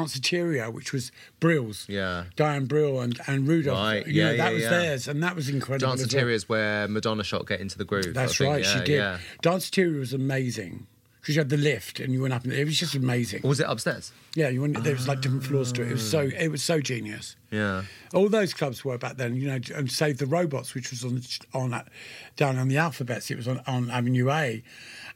[SPEAKER 2] Danceteria, which was Brill's.
[SPEAKER 1] Yeah.
[SPEAKER 2] Diane Brill and and Rudolph.
[SPEAKER 1] Right,
[SPEAKER 2] You know,
[SPEAKER 1] yeah,
[SPEAKER 2] that
[SPEAKER 1] yeah,
[SPEAKER 2] was
[SPEAKER 1] yeah.
[SPEAKER 2] theirs, and that was incredible.
[SPEAKER 1] Dance
[SPEAKER 2] as well.
[SPEAKER 1] Interior is where Madonna shot Get Into the Groove.
[SPEAKER 2] That's
[SPEAKER 1] I think.
[SPEAKER 2] right. she
[SPEAKER 1] Yeah,
[SPEAKER 2] did.
[SPEAKER 1] Yeah.
[SPEAKER 2] Danceteria was amazing. Because you had the lift and you went up, and it was just amazing.
[SPEAKER 1] Or was it upstairs?
[SPEAKER 2] Yeah, you went, there was like different floors to it. It was so it was so genius.
[SPEAKER 1] Yeah.
[SPEAKER 2] All those clubs were back then, you know, and Save the Robots, which was on on uh, down on the alphabets. It was on, on Avenue A,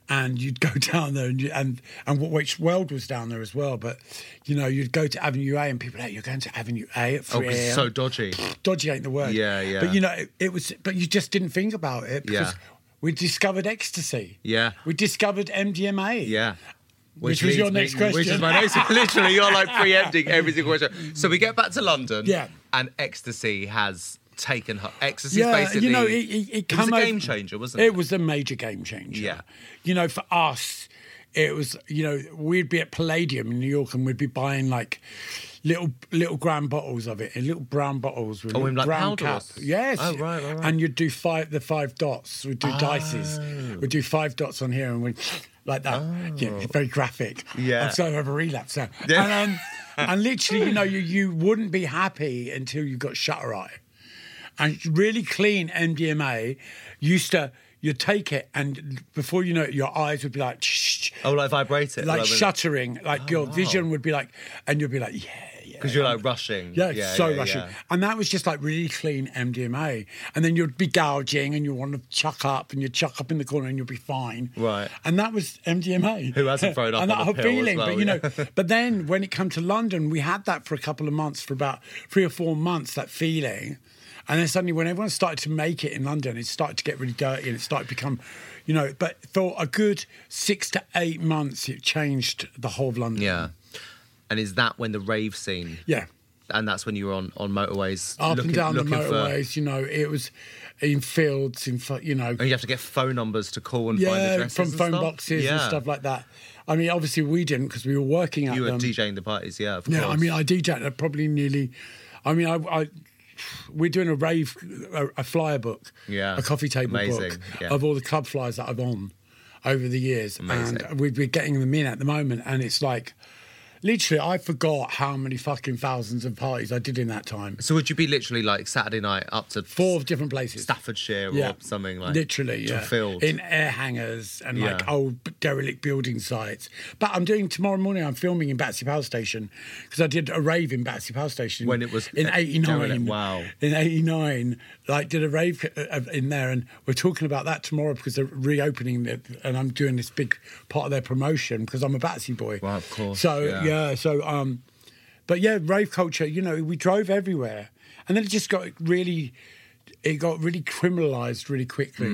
[SPEAKER 2] and you'd go <laughs> down there, and you, and and what which world was down there as well. But you know, you'd go to Avenue A, and people, hey, you're going to Avenue A at
[SPEAKER 1] Oh,
[SPEAKER 2] three
[SPEAKER 1] 'cause it's
[SPEAKER 2] a.m.
[SPEAKER 1] so dodgy.
[SPEAKER 2] Dodgy ain't the word.
[SPEAKER 1] Yeah, yeah.
[SPEAKER 2] But you know, it, it was. But you just didn't think about it because
[SPEAKER 1] Yeah.
[SPEAKER 2] we discovered ecstasy.
[SPEAKER 1] Yeah.
[SPEAKER 2] we discovered MDMA.
[SPEAKER 1] Yeah.
[SPEAKER 2] Which was your
[SPEAKER 1] leads
[SPEAKER 2] next
[SPEAKER 1] Which is
[SPEAKER 2] question.
[SPEAKER 1] my next. <laughs> Literally, you're like preempting every single question. So we get back to London.
[SPEAKER 2] Yeah.
[SPEAKER 1] And ecstasy has taken her. Ecstasy's
[SPEAKER 2] Yeah,
[SPEAKER 1] basically.
[SPEAKER 2] you know, it, it, it,
[SPEAKER 1] was
[SPEAKER 2] come
[SPEAKER 1] a
[SPEAKER 2] over-
[SPEAKER 1] game changer, wasn't it?
[SPEAKER 2] It was a major game changer.
[SPEAKER 1] Yeah.
[SPEAKER 2] You know, for us, it was, you know, we'd be at Palladium in New York and we'd be buying like little little grand bottles of it, in little brown bottles with
[SPEAKER 1] Oh,
[SPEAKER 2] a
[SPEAKER 1] in, like,
[SPEAKER 2] brown cap.
[SPEAKER 1] powders?
[SPEAKER 2] Yes.
[SPEAKER 1] Oh, right, right, right. Oh.
[SPEAKER 2] And you'd do five the five dots. We'd do dices. We'd do five dots on here and we'd like that. Yeah, it's very graphic.
[SPEAKER 1] Yeah.
[SPEAKER 2] I'm sorry, I have a relapse now.
[SPEAKER 1] Yeah.
[SPEAKER 2] And, um, and literally, you know, you, you wouldn't be happy until you got shutter eye. And really clean MDMA used to, you'd take it, and before you know it, your eyes would be like, shh, shh,
[SPEAKER 1] Oh, like vibrate it.
[SPEAKER 2] like
[SPEAKER 1] rather than-
[SPEAKER 2] shuttering, like your vision would be like, and you'd be like, yeah, yeah.
[SPEAKER 1] Because you're like rushing.
[SPEAKER 2] Yeah, it's so Russian.
[SPEAKER 1] yeah.
[SPEAKER 2] And that was just like really clean MDMA. And then you'd be gouging and you want to chuck up and you'd chuck up in the corner and you'd be fine.
[SPEAKER 1] Right.
[SPEAKER 2] And that was MDMA.
[SPEAKER 1] Who hasn't thrown up
[SPEAKER 2] <laughs> and
[SPEAKER 1] on
[SPEAKER 2] that
[SPEAKER 1] a
[SPEAKER 2] whole
[SPEAKER 1] pill as
[SPEAKER 2] feeling.
[SPEAKER 1] well,
[SPEAKER 2] but you know,
[SPEAKER 1] <laughs> yeah.
[SPEAKER 2] but then when it came to London, we had that for a couple of months, for about three or four months, that feeling. And then suddenly when everyone started to make it in London, it started to get really dirty and it started to become you know, but for a good six to eight months it changed the whole of London.
[SPEAKER 1] Yeah. And is that when the rave scene?
[SPEAKER 2] Yeah.
[SPEAKER 1] And that's when you were on, on motorways.
[SPEAKER 2] up
[SPEAKER 1] looking,
[SPEAKER 2] and down the
[SPEAKER 1] looking for-
[SPEAKER 2] motorways. You know, it was in fields, in fo- you know,
[SPEAKER 1] and Oh, you have to get phone numbers to call and find
[SPEAKER 2] yeah,
[SPEAKER 1] addresses.
[SPEAKER 2] from
[SPEAKER 1] and
[SPEAKER 2] phone
[SPEAKER 1] stuff?
[SPEAKER 2] boxes and
[SPEAKER 1] Yeah.
[SPEAKER 2] stuff like that. I mean, obviously we didn't because we were working at
[SPEAKER 1] You were
[SPEAKER 2] them.
[SPEAKER 1] DJing the parties, yeah. Of
[SPEAKER 2] yeah,
[SPEAKER 1] course.
[SPEAKER 2] I mean, I DJed at probably nearly. I mean, I. I we're doing a rave, a, a flyer book,
[SPEAKER 1] Yeah.
[SPEAKER 2] a coffee table book
[SPEAKER 1] Amazing, yeah.
[SPEAKER 2] of all the club flyers that I've on over the years,
[SPEAKER 1] Amazing.
[SPEAKER 2] and we, we're getting them in at the moment. And it's like, literally, I forgot how many fucking thousands of parties I did in that time.
[SPEAKER 1] So would you be literally like Saturday night up to
[SPEAKER 2] Four different places.
[SPEAKER 1] Staffordshire or something like
[SPEAKER 2] literally yeah.
[SPEAKER 1] Field.
[SPEAKER 2] in air hangars and like
[SPEAKER 1] Yeah.
[SPEAKER 2] old b- derelict building sites. But I'm doing tomorrow morning. I'm filming in Batsy Power Station because I did a rave in Batsy Power Station
[SPEAKER 1] When it was
[SPEAKER 2] in
[SPEAKER 1] e-
[SPEAKER 2] '89.
[SPEAKER 1] derelict, wow.
[SPEAKER 2] in '89, like did a rave uh, uh, in there, and we're talking about that tomorrow because they're reopening it, and I'm doing this big part of their promotion because I'm a Batsy boy.
[SPEAKER 1] Wow, of course,
[SPEAKER 2] So
[SPEAKER 1] yeah.
[SPEAKER 2] yeah so um, but yeah, rave culture. You know, we drove everywhere, and then it just got really, it got really criminalized really quickly,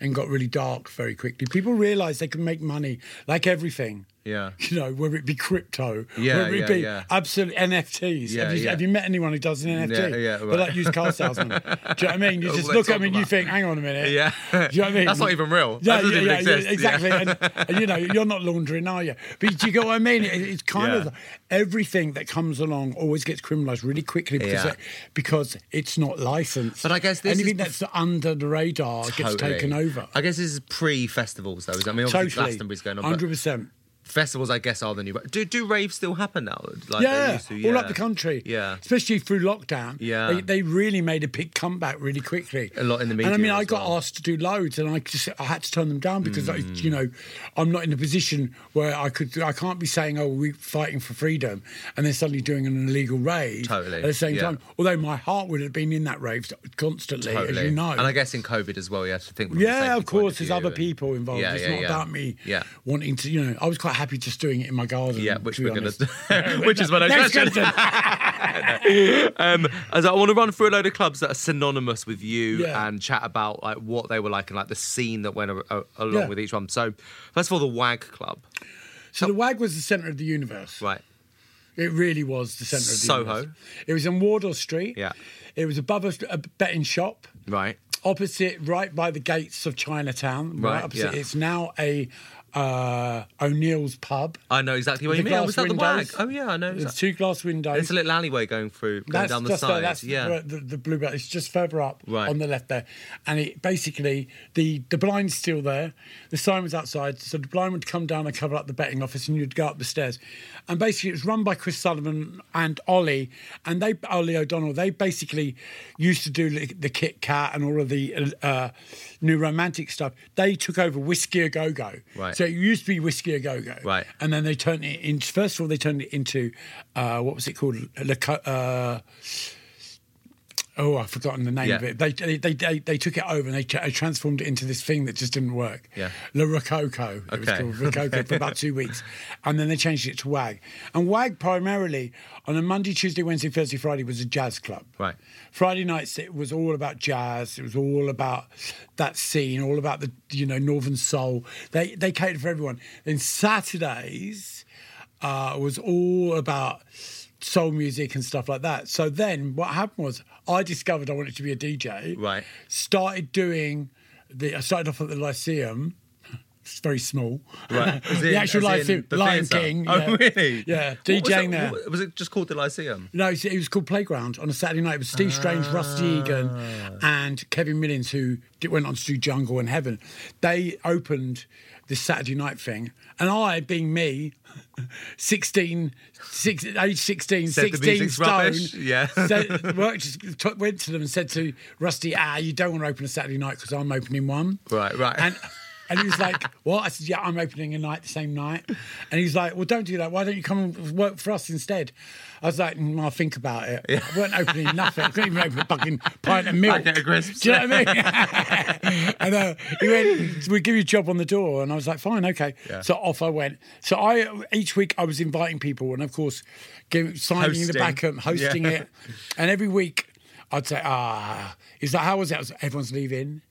[SPEAKER 2] and got really dark very quickly. People realized they can make money, like everything.
[SPEAKER 1] Yeah.
[SPEAKER 2] <laughs> You know, whether it be crypto,
[SPEAKER 1] Yeah,
[SPEAKER 2] whether it
[SPEAKER 1] yeah,
[SPEAKER 2] be
[SPEAKER 1] yeah.
[SPEAKER 2] absolute NFTs.
[SPEAKER 1] Yeah,
[SPEAKER 2] have, you,
[SPEAKER 1] yeah.
[SPEAKER 2] have you met anyone who does an NFT?
[SPEAKER 1] Yeah, yeah,
[SPEAKER 2] They're
[SPEAKER 1] right.
[SPEAKER 2] like used
[SPEAKER 1] <laughs>
[SPEAKER 2] car salesmen. Do you know what I mean? You
[SPEAKER 1] That's
[SPEAKER 2] just
[SPEAKER 1] what
[SPEAKER 2] look
[SPEAKER 1] they
[SPEAKER 2] at them
[SPEAKER 1] talk
[SPEAKER 2] and you
[SPEAKER 1] about.
[SPEAKER 2] think, hang on a minute.
[SPEAKER 1] Yeah.
[SPEAKER 2] Do you know what I mean?
[SPEAKER 1] That's not even real.
[SPEAKER 2] Yeah,
[SPEAKER 1] That doesn't
[SPEAKER 2] yeah,
[SPEAKER 1] even
[SPEAKER 2] yeah,
[SPEAKER 1] exist.
[SPEAKER 2] yeah, exactly. and, and, you know, you're not laundering, are you? But do you get what I mean? It, it's kind
[SPEAKER 1] Yeah.
[SPEAKER 2] of everything that comes along always gets criminalised really quickly because
[SPEAKER 1] Yeah.
[SPEAKER 2] it, because it's not licensed.
[SPEAKER 1] But I guess this is
[SPEAKER 2] anything
[SPEAKER 1] bef-
[SPEAKER 2] that's under the radar gets
[SPEAKER 1] Totally.
[SPEAKER 2] taken over.
[SPEAKER 1] I guess this is pre-festivals, though. Isn't it? I mean, obviously
[SPEAKER 2] Totally,
[SPEAKER 1] Glastonbury's going on,
[SPEAKER 2] hundred
[SPEAKER 1] but
[SPEAKER 2] percent.
[SPEAKER 1] festivals, I guess, are the new. Do do raves still happen now? Like they
[SPEAKER 2] Yeah,
[SPEAKER 1] used to?
[SPEAKER 2] all up the country.
[SPEAKER 1] Yeah.
[SPEAKER 2] especially through lockdown.
[SPEAKER 1] Yeah.
[SPEAKER 2] they, they really made a big comeback really quickly.
[SPEAKER 1] A lot in the
[SPEAKER 2] And I
[SPEAKER 1] media
[SPEAKER 2] mean, I
[SPEAKER 1] as
[SPEAKER 2] got
[SPEAKER 1] well. Hmm.
[SPEAKER 2] asked to do loads, and I just I had to turn them down because I, you know I'm not in a position where I could I can't be saying oh we're fighting for freedom and then suddenly doing an illegal rave
[SPEAKER 1] Totally,
[SPEAKER 2] at the same
[SPEAKER 1] yeah.
[SPEAKER 2] time. Although my heart would have been in that rave constantly, as you know.
[SPEAKER 1] And I guess in COVID as well, you have to think. From a safety
[SPEAKER 2] Yeah,
[SPEAKER 1] point
[SPEAKER 2] of course.
[SPEAKER 1] of
[SPEAKER 2] There's
[SPEAKER 1] view
[SPEAKER 2] other
[SPEAKER 1] and-
[SPEAKER 2] people involved.
[SPEAKER 1] Yeah,
[SPEAKER 2] it's
[SPEAKER 1] yeah,
[SPEAKER 2] not
[SPEAKER 1] yeah.
[SPEAKER 2] about me
[SPEAKER 1] Yeah.
[SPEAKER 2] wanting to. You know, I was quite happy just doing it in my garden.
[SPEAKER 1] Yeah, which
[SPEAKER 2] to be
[SPEAKER 1] we're going
[SPEAKER 2] honest.
[SPEAKER 1] to, <laughs> which is my next
[SPEAKER 2] Next
[SPEAKER 1] question. um, as I want to run through a load of clubs that are synonymous with you
[SPEAKER 2] Yeah.
[SPEAKER 1] and chat about like what they were like and like the scene that went a- a- along
[SPEAKER 2] Yeah.
[SPEAKER 1] with each one. So, first of all, the Wag Club,
[SPEAKER 2] So the Wag was the centre of the universe.
[SPEAKER 1] right?
[SPEAKER 2] It really was the centre of the
[SPEAKER 1] Soho.
[SPEAKER 2] universe. It was on Wardour Street.
[SPEAKER 1] Yeah.
[SPEAKER 2] It was above a, a betting shop,
[SPEAKER 1] Right.
[SPEAKER 2] opposite, right by the gates of Chinatown.
[SPEAKER 1] Right,
[SPEAKER 2] opposite.
[SPEAKER 1] yeah.
[SPEAKER 2] It's now a uh, O'Neill's pub.
[SPEAKER 1] I know exactly what
[SPEAKER 2] The
[SPEAKER 1] you mean. Oh,
[SPEAKER 2] glass
[SPEAKER 1] was that
[SPEAKER 2] windows.
[SPEAKER 1] the Wag? Oh yeah, I know.
[SPEAKER 2] There's
[SPEAKER 1] It's
[SPEAKER 2] two glass windows.
[SPEAKER 1] a little alleyway going through going down the
[SPEAKER 2] just
[SPEAKER 1] side.
[SPEAKER 2] there, that's
[SPEAKER 1] yeah.
[SPEAKER 2] the, the, the bluebell. It's just further up
[SPEAKER 1] Right.
[SPEAKER 2] on the left there, and it basically the the blind's still there. The sign was outside, so the blind would come down and cover up the betting office, and you'd go up the stairs. And basically, it was run by Chris Sullivan and Ollie, and they Ollie O'Donnell. They basically used to do the, the Kit Kat and all of the uh, new romantic stuff. They took over Whiskey A Go Go.
[SPEAKER 1] Right.
[SPEAKER 2] So it used to be Whiskey A Go Go.
[SPEAKER 1] Right.
[SPEAKER 2] And then they turned it into. First of all, they turned it into uh, what was it called? Le Co- uh, oh, I've forgotten the name
[SPEAKER 1] Yeah.
[SPEAKER 2] of it. They they, they they they took it over and they tra- transformed it into this thing that just didn't work.
[SPEAKER 1] Yeah.
[SPEAKER 2] La Rococo. It was
[SPEAKER 1] Okay.
[SPEAKER 2] called Rococo for
[SPEAKER 1] <laughs>
[SPEAKER 2] about two weeks, and then they changed it to Wag. And Wag primarily on a Monday, Tuesday, Wednesday, Thursday, Friday was a jazz club.
[SPEAKER 1] Right.
[SPEAKER 2] Friday nights it was all about jazz. It was all about that scene, all about the you know Northern soul. They they catered for everyone. Then Saturdays uh, was all about soul music and stuff like that. So then what happened was I discovered I wanted to be a DJ.
[SPEAKER 1] Right.
[SPEAKER 2] Started doing the. I started off at the Lyceum. It's very small. <laughs>
[SPEAKER 1] Right. As in-
[SPEAKER 2] the actual
[SPEAKER 1] as
[SPEAKER 2] live
[SPEAKER 1] in
[SPEAKER 2] thing,
[SPEAKER 1] the
[SPEAKER 2] Lion
[SPEAKER 1] theatre?
[SPEAKER 2] King.
[SPEAKER 1] Oh,
[SPEAKER 2] yeah.
[SPEAKER 1] really?
[SPEAKER 2] Yeah,
[SPEAKER 1] What was that-
[SPEAKER 2] DJing there.
[SPEAKER 1] what- was it just called the Lyceum?
[SPEAKER 2] No, it's- it was called Playground on a Saturday night. It was Steve Strange, Rusty Egan,
[SPEAKER 1] Ah.
[SPEAKER 2] and Kevin Millins, who did, went on to do Jungle and Heaven. They opened this Saturday night thing, and I, being me, <laughs> 16, six, age 16,
[SPEAKER 1] Said the
[SPEAKER 2] 16
[SPEAKER 1] music's
[SPEAKER 2] stone,
[SPEAKER 1] rubbish, yeah.
[SPEAKER 2] <laughs> said, worked, t- went to them and said to Rusty, ah, you don't want to open a Saturday night because I'm opening one.
[SPEAKER 1] Right, right.
[SPEAKER 2] And and he was like, "What?" I said, "Yeah, I'm opening a night the same night." And he was like, "Well, don't do that. Why don't you come and work for us instead?" I was like, mm, "I'll think about it. I weren't opening nothing. I couldn't even open a fucking pint of milk.
[SPEAKER 1] Packet of crisps.
[SPEAKER 2] Do you know what I mean?" <laughs> and uh, he went, "We give you a job on the door." And I was like, "Fine, okay." So off I went. So I each week I was inviting people, and of course, give, signing the
[SPEAKER 1] Hosting.
[SPEAKER 2] back up, hosting
[SPEAKER 1] Yeah.
[SPEAKER 2] it, and every week. I'd say, ah, he's like, how was it? I was like,
[SPEAKER 1] <laughs>
[SPEAKER 2] everyone's leaving.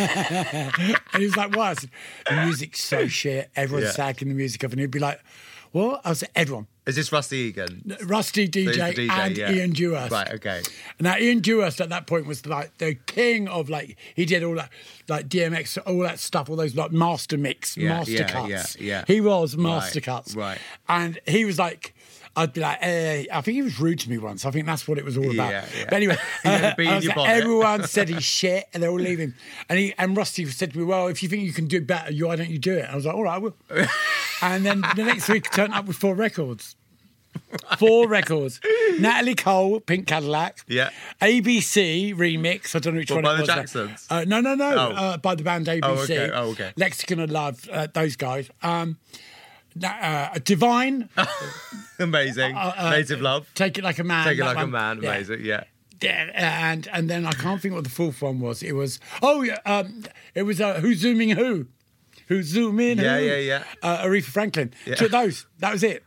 [SPEAKER 2] And he was like, "What?" I said, "The music's so shit. Everyone's
[SPEAKER 1] Yeah.
[SPEAKER 2] sacking the music up." And he'd be like, "What?" I said, "Everyone."
[SPEAKER 1] Is this Rusty Egan?
[SPEAKER 2] Rusty
[SPEAKER 1] Who's
[SPEAKER 2] DJ,
[SPEAKER 1] the DJ?
[SPEAKER 2] and
[SPEAKER 1] Yeah.
[SPEAKER 2] Ian Dewhurst.
[SPEAKER 1] Right, okay. <laughs>
[SPEAKER 2] Now Ian Dewhurst at that point was like the king of like he did all that like DMX, all that stuff, all those like master mix,
[SPEAKER 1] Yeah,
[SPEAKER 2] master
[SPEAKER 1] yeah,
[SPEAKER 2] cuts.
[SPEAKER 1] yeah, yeah.
[SPEAKER 2] He was master
[SPEAKER 1] Right,
[SPEAKER 2] cuts.
[SPEAKER 1] right.
[SPEAKER 2] And he was like. I'd be like, eh, I think he was rude to me once. I think that's what it was all about.
[SPEAKER 1] Yeah, <laughs> yeah.
[SPEAKER 2] But anyway,
[SPEAKER 1] You had a
[SPEAKER 2] uh,
[SPEAKER 1] bee in
[SPEAKER 2] I was
[SPEAKER 1] your
[SPEAKER 2] like,
[SPEAKER 1] bonnet.
[SPEAKER 2] everyone
[SPEAKER 1] <laughs>
[SPEAKER 2] said he's shit, and they're all leaving. And he and Rusty said to me, "Well, if you think you can do better, you, why don't you do it?" And I was like, "All right, I will." and then the next week, I turned up with four records. Four records. Natalie Cole, Pink Cadillac.
[SPEAKER 1] Yeah.
[SPEAKER 2] ABC remix. I don't know which
[SPEAKER 1] What,
[SPEAKER 2] one
[SPEAKER 1] by
[SPEAKER 2] it
[SPEAKER 1] the
[SPEAKER 2] was.
[SPEAKER 1] Jacksons?
[SPEAKER 2] Uh, no, no, no.
[SPEAKER 1] Oh.
[SPEAKER 2] Uh, by the band ABC.
[SPEAKER 1] okay. Oh, okay.
[SPEAKER 2] Lexicon of Love. Uh, those guys. Um, na- uh, Divine.
[SPEAKER 1] <laughs> Amazing. Native Love.
[SPEAKER 2] uh, Take it like a man.
[SPEAKER 1] Take it
[SPEAKER 2] that
[SPEAKER 1] like a
[SPEAKER 2] one.
[SPEAKER 1] man.
[SPEAKER 2] Yeah.
[SPEAKER 1] Amazing. Yeah.
[SPEAKER 2] Yeah, And and then I can't think what the fourth one was. It was oh yeah, um, it was uh, who's zooming who, who's zooming
[SPEAKER 1] Yeah,
[SPEAKER 2] who?
[SPEAKER 1] yeah, yeah.
[SPEAKER 2] Uh, Aretha Franklin. Took those. That was it.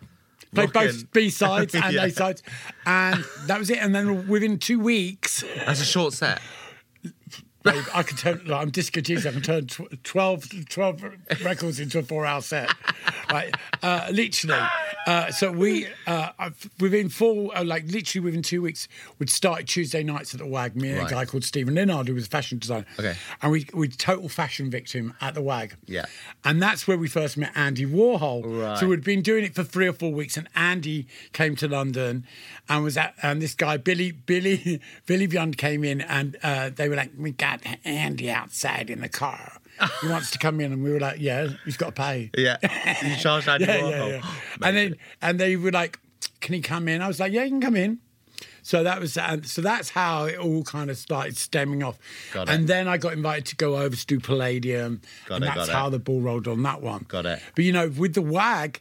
[SPEAKER 2] Played
[SPEAKER 1] Rockin'.
[SPEAKER 2] both B sides
[SPEAKER 1] <laughs>
[SPEAKER 2] and
[SPEAKER 1] Yeah.
[SPEAKER 2] A sides, and that was it. And then within two weeks,
[SPEAKER 1] That's a short
[SPEAKER 2] <laughs>
[SPEAKER 1] set.
[SPEAKER 2] babe, I could turn. Like, I'm disco Jesus. I can turn tw- 12, 12 records into a four hour set. Right, uh, literally. Uh, so we uh, I've- within four, uh, like literally within two weeks, we'd start Tuesday nights at the Wag. Me and
[SPEAKER 1] Right.
[SPEAKER 2] a guy called Stephen Leonard, who was a fashion designer.
[SPEAKER 1] Okay.
[SPEAKER 2] and we we total fashion victim at the Wag.
[SPEAKER 1] Yeah.
[SPEAKER 2] and that's where we first met Andy Warhol.
[SPEAKER 1] Right.
[SPEAKER 2] So we'd been doing it for three or four weeks, and Andy came to London, and was at, and this guy Billy Billy <laughs> Billy Beyond came in, and uh, they were like, "We got Andy outside in the car. He wants to come in," and we were like, "Yeah, he's got to pay."
[SPEAKER 1] Yeah. You charge Oh, Andy
[SPEAKER 2] yeah, yeah,
[SPEAKER 1] Warhol.
[SPEAKER 2] yeah. And then and they were like, "Can he come in?" I was like, "Yeah, he can come in." So that was and so that's how it all kind of started stemming off.
[SPEAKER 1] Got
[SPEAKER 2] and
[SPEAKER 1] it.
[SPEAKER 2] then I got invited to go over to do Palladium,
[SPEAKER 1] Got
[SPEAKER 2] and
[SPEAKER 1] it,
[SPEAKER 2] that's
[SPEAKER 1] got it.
[SPEAKER 2] how the ball rolled on that one.
[SPEAKER 1] Got it.
[SPEAKER 2] But you know, with the wag.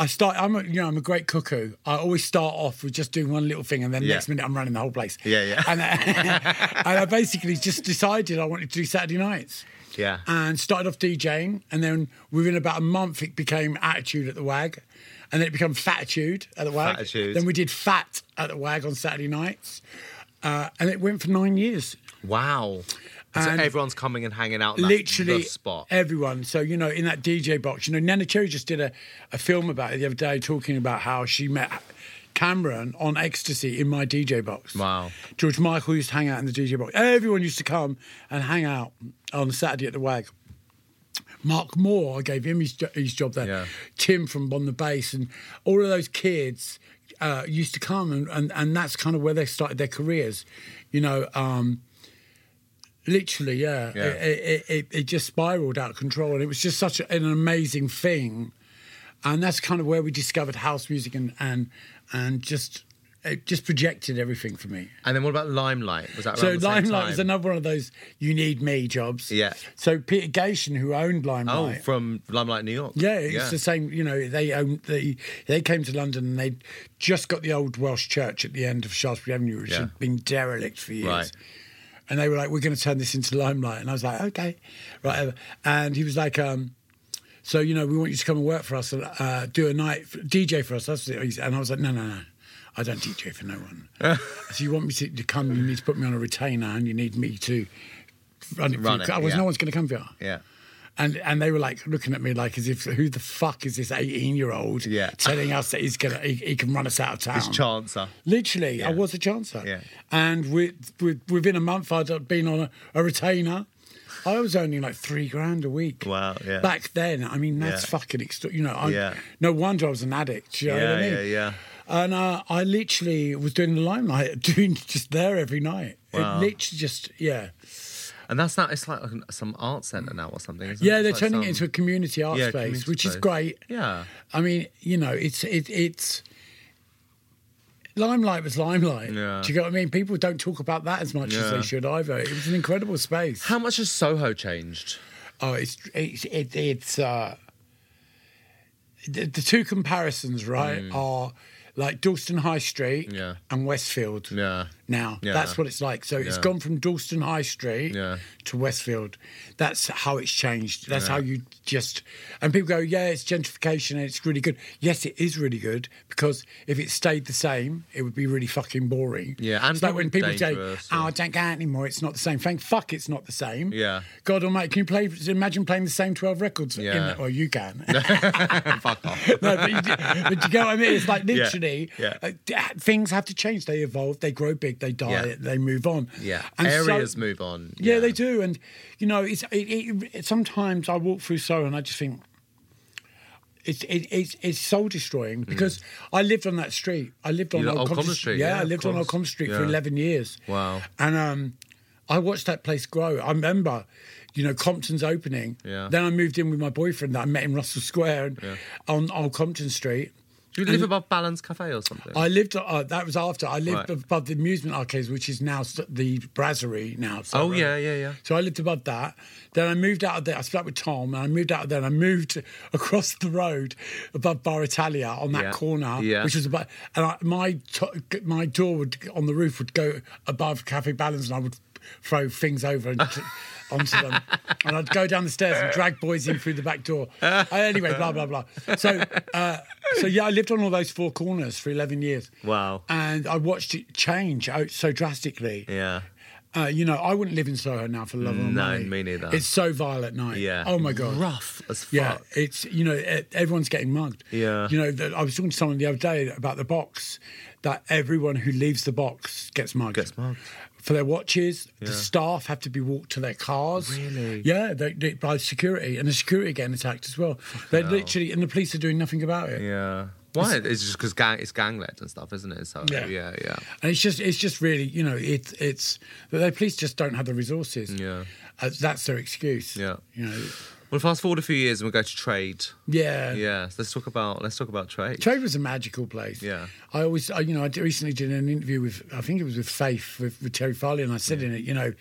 [SPEAKER 2] I start. I'm a, you know I'm a great cuckoo. I always start off with just doing one little thing, and then
[SPEAKER 1] Yeah.
[SPEAKER 2] next minute I'm running the whole place.
[SPEAKER 1] Yeah, yeah.
[SPEAKER 2] And, <laughs> I- and I basically just decided I wanted to do Saturday nights
[SPEAKER 1] Yeah.
[SPEAKER 2] and started off DJing, and then within about a month it became Attitude at the Wag, and then it became Fatitude at the Wag.
[SPEAKER 1] Fatitude.
[SPEAKER 2] Then we did Fat at the Wag on Saturday nights, uh, and it went for nine years.
[SPEAKER 1] Wow. So
[SPEAKER 2] And-
[SPEAKER 1] everyone's coming and hanging out. and that's
[SPEAKER 2] Literally
[SPEAKER 1] the spot.
[SPEAKER 2] everyone. So you know, in that DJ box, you know, Nana Cherry just did a, a film about it the other day, talking about how she met Cameron on ecstasy in my DJ box.
[SPEAKER 1] Wow.
[SPEAKER 2] George Michael used to hang out in the DJ box. Everyone used to come and hang out on Saturday at the Wag. Mark Moore, I gave him his, jo- his job there.
[SPEAKER 1] Yeah.
[SPEAKER 2] Tim from On the Bass, and all of those kids uh, used to come, and, and, and that's kind of where they started their careers. You know, um, literally, yeah.
[SPEAKER 1] Yeah.
[SPEAKER 2] It, it, it, it just spiraled out of control, and it was just such an amazing thing. And that's kind of where we discovered house music and, and, and just. It just projected everything for me.
[SPEAKER 1] And then what about Limelight? Was that around
[SPEAKER 2] So
[SPEAKER 1] the same
[SPEAKER 2] Limelight was
[SPEAKER 1] time?
[SPEAKER 2] another one of those "you need me" jobs.
[SPEAKER 1] Yeah.
[SPEAKER 2] So Peter Gation, who owned
[SPEAKER 1] Oh,
[SPEAKER 2] Limelight,
[SPEAKER 1] from Limelight, New York.
[SPEAKER 2] yeah, it's the same. You know, they owned they they came to London and they just got the old Welsh church at the end of Shaftesbury Avenue, which
[SPEAKER 1] Yeah.
[SPEAKER 2] had been derelict for years.
[SPEAKER 1] Right.
[SPEAKER 2] And they were like, "We're going to turn this into Limelight," and I was like, "Okay, right." uh, And he was like, um, "So you know, we want you to come and work for us and uh, do a night DJ for us." That's it. And I was like, "No, no, no." I don't DJ for
[SPEAKER 1] <laughs>
[SPEAKER 2] no one. if you want me to, to come, you need to put me on a retainer, and you need me to run it.
[SPEAKER 1] Run
[SPEAKER 2] for
[SPEAKER 1] it,
[SPEAKER 2] you. Otherwise,
[SPEAKER 1] yeah.
[SPEAKER 2] no one's going to come for you
[SPEAKER 1] Yeah.
[SPEAKER 2] and and they were like looking at me like as if who the fuck is this eighteen year old
[SPEAKER 1] Yeah.
[SPEAKER 2] telling us that he's gonna he, he can run us out of town.
[SPEAKER 1] It's Chancer.
[SPEAKER 2] Literally, I
[SPEAKER 1] Yeah.
[SPEAKER 2] was a chancer.
[SPEAKER 1] Yeah.
[SPEAKER 2] And with, with, within a month, I'd been on a, a retainer. I was earning like three grand a week.
[SPEAKER 1] Wow, yeah.
[SPEAKER 2] Back then, I mean, that's
[SPEAKER 1] Yeah.
[SPEAKER 2] fucking extra. You know, I,
[SPEAKER 1] Yeah.
[SPEAKER 2] no wonder I was an addict. You know what
[SPEAKER 1] yeah,
[SPEAKER 2] I mean?
[SPEAKER 1] yeah, yeah.
[SPEAKER 2] And uh, I literally was doing the limelight, <laughs> doing just there every night.
[SPEAKER 1] Wow.
[SPEAKER 2] It literally just, yeah.
[SPEAKER 1] And that's not. It's like an- some art centre now or something. Isn't
[SPEAKER 2] Yeah,
[SPEAKER 1] it?
[SPEAKER 2] they're
[SPEAKER 1] It's like
[SPEAKER 2] turning
[SPEAKER 1] some-
[SPEAKER 2] it into a community art
[SPEAKER 1] yeah,
[SPEAKER 2] space,
[SPEAKER 1] community
[SPEAKER 2] which is
[SPEAKER 1] space.
[SPEAKER 2] great.
[SPEAKER 1] Yeah.
[SPEAKER 2] I mean, you know, it's it, it's limelight was limelight.
[SPEAKER 1] Yeah.
[SPEAKER 2] Do you get what I mean? People don't talk about that as much as
[SPEAKER 1] Yeah.
[SPEAKER 2] they should either. It was an incredible space.
[SPEAKER 1] How much has Soho changed?
[SPEAKER 2] Oh, it's it's it, it's uh, the, the two comparisons, right? Are like Dalston High Street
[SPEAKER 1] Hmm. Yeah.
[SPEAKER 2] and Westfield.
[SPEAKER 1] Yeah.
[SPEAKER 2] <laughs> Now
[SPEAKER 1] Yeah.
[SPEAKER 2] that's what it's like. So it's
[SPEAKER 1] Yeah.
[SPEAKER 2] gone from Dalston High Street
[SPEAKER 1] Yeah.
[SPEAKER 2] to Westfield. That's how it's changed. That's how you just and people go, yeah, it's gentrification and it's really good. Yes, it is really good because if it stayed the same, it would be really fucking boring.
[SPEAKER 1] Yeah, and
[SPEAKER 2] it's like when people
[SPEAKER 1] probably
[SPEAKER 2] say,
[SPEAKER 1] dangerous,
[SPEAKER 2] "Oh,
[SPEAKER 1] or-
[SPEAKER 2] I don't go out anymore. It's not the same." Thank fuck, it's not the same.
[SPEAKER 1] Yeah.
[SPEAKER 2] God Almighty, can you play? Imagine playing the same twelve records. in
[SPEAKER 1] Yeah.
[SPEAKER 2] that- well, you can.
[SPEAKER 1] Fuck off.
[SPEAKER 2] <laughs> no, but you, do- but you get what I mean. It's like literally,
[SPEAKER 1] yeah.
[SPEAKER 2] uh, d- things have to change. They evolve, they grow big, they die,
[SPEAKER 1] Yeah.
[SPEAKER 2] they move on.
[SPEAKER 1] Yeah.
[SPEAKER 2] And so-
[SPEAKER 1] Areas move on.
[SPEAKER 2] yeah, they do. And you know, it's it, it, it, sometimes I walk through Soho and I just think it's it, it's it's soul destroying because I lived on that street. I lived on
[SPEAKER 1] Mm. You live-
[SPEAKER 2] Old
[SPEAKER 1] Old
[SPEAKER 2] Compton
[SPEAKER 1] Compton Street,
[SPEAKER 2] Yeah,
[SPEAKER 1] yeah,
[SPEAKER 2] I
[SPEAKER 1] of
[SPEAKER 2] lived on Old
[SPEAKER 1] course.
[SPEAKER 2] Compton Street for
[SPEAKER 1] Yeah.
[SPEAKER 2] eleven years.
[SPEAKER 1] Wow.
[SPEAKER 2] And um, I watched that place grow. I remember. You know, Compton's opening.
[SPEAKER 1] Yeah.
[SPEAKER 2] Then I moved in with my boyfriend that I met in Russell Square and on Old Compton Street.
[SPEAKER 1] Do you live above Balance Cafe or something?
[SPEAKER 2] I lived. Uh, that was after I lived
[SPEAKER 1] Right.
[SPEAKER 2] above the amusement arcades, which is now st- the Brasserie now. so-
[SPEAKER 1] oh yeah, yeah, yeah.
[SPEAKER 2] So I lived above that. Then I moved out of there. I split up with Tom, and I moved out of there. And I moved <laughs> across the road above Bar Italia on that
[SPEAKER 1] Yeah.
[SPEAKER 2] corner,
[SPEAKER 1] Yeah.
[SPEAKER 2] which was about. And I, my to- my door would on the roof would go above Cafe Balance, and I would throw things over and.
[SPEAKER 1] <laughs>
[SPEAKER 2] T- Onto them, and I'd go down the stairs and drag boys in through the back door. Uh, anyway, blah blah blah. So, uh, so yeah, I lived on all those four corners for eleven years.
[SPEAKER 1] Wow.
[SPEAKER 2] And I watched it change out so drastically.
[SPEAKER 1] Yeah.
[SPEAKER 2] Uh, you know, I wouldn't live in Soho now for the love of
[SPEAKER 1] No,
[SPEAKER 2] money.
[SPEAKER 1] me neither.
[SPEAKER 2] It's so vile at night.
[SPEAKER 1] Yeah.
[SPEAKER 2] Oh my god.
[SPEAKER 1] Rough as fuck.
[SPEAKER 2] Yeah, it's you know e- everyone's getting mugged.
[SPEAKER 1] Yeah.
[SPEAKER 2] You know, that I was talking to someone the other day about the box that everyone who leaves the box gets mugged.
[SPEAKER 1] Gets mugged.
[SPEAKER 2] For their watches, the staff have to be walked to their cars.
[SPEAKER 1] Really?
[SPEAKER 2] Yeah, they, they, by security, and the security getting attacked as well. They're literally, and the police are doing nothing about it.
[SPEAKER 1] Yeah. Why? It's, just because gang, it's gang led and stuff, isn't it? So
[SPEAKER 2] Yeah.
[SPEAKER 1] yeah, yeah, yeah.
[SPEAKER 2] And it's just, it's just really, you know, it's, it's the the police just don't have the resources.
[SPEAKER 1] Yeah.
[SPEAKER 2] Uh, that's their excuse.
[SPEAKER 1] Yeah.
[SPEAKER 2] You know,
[SPEAKER 1] Well, fast forward a few years and we go to trade.
[SPEAKER 2] yeah.
[SPEAKER 1] Yeah. So let's talk about let's talk about trade.
[SPEAKER 2] Trade was a magical place.
[SPEAKER 1] Yeah.
[SPEAKER 2] I always, I, you know, I did- recently did an interview with, I think it was with Faith, with, with Terry Farley, and I said in it, you know,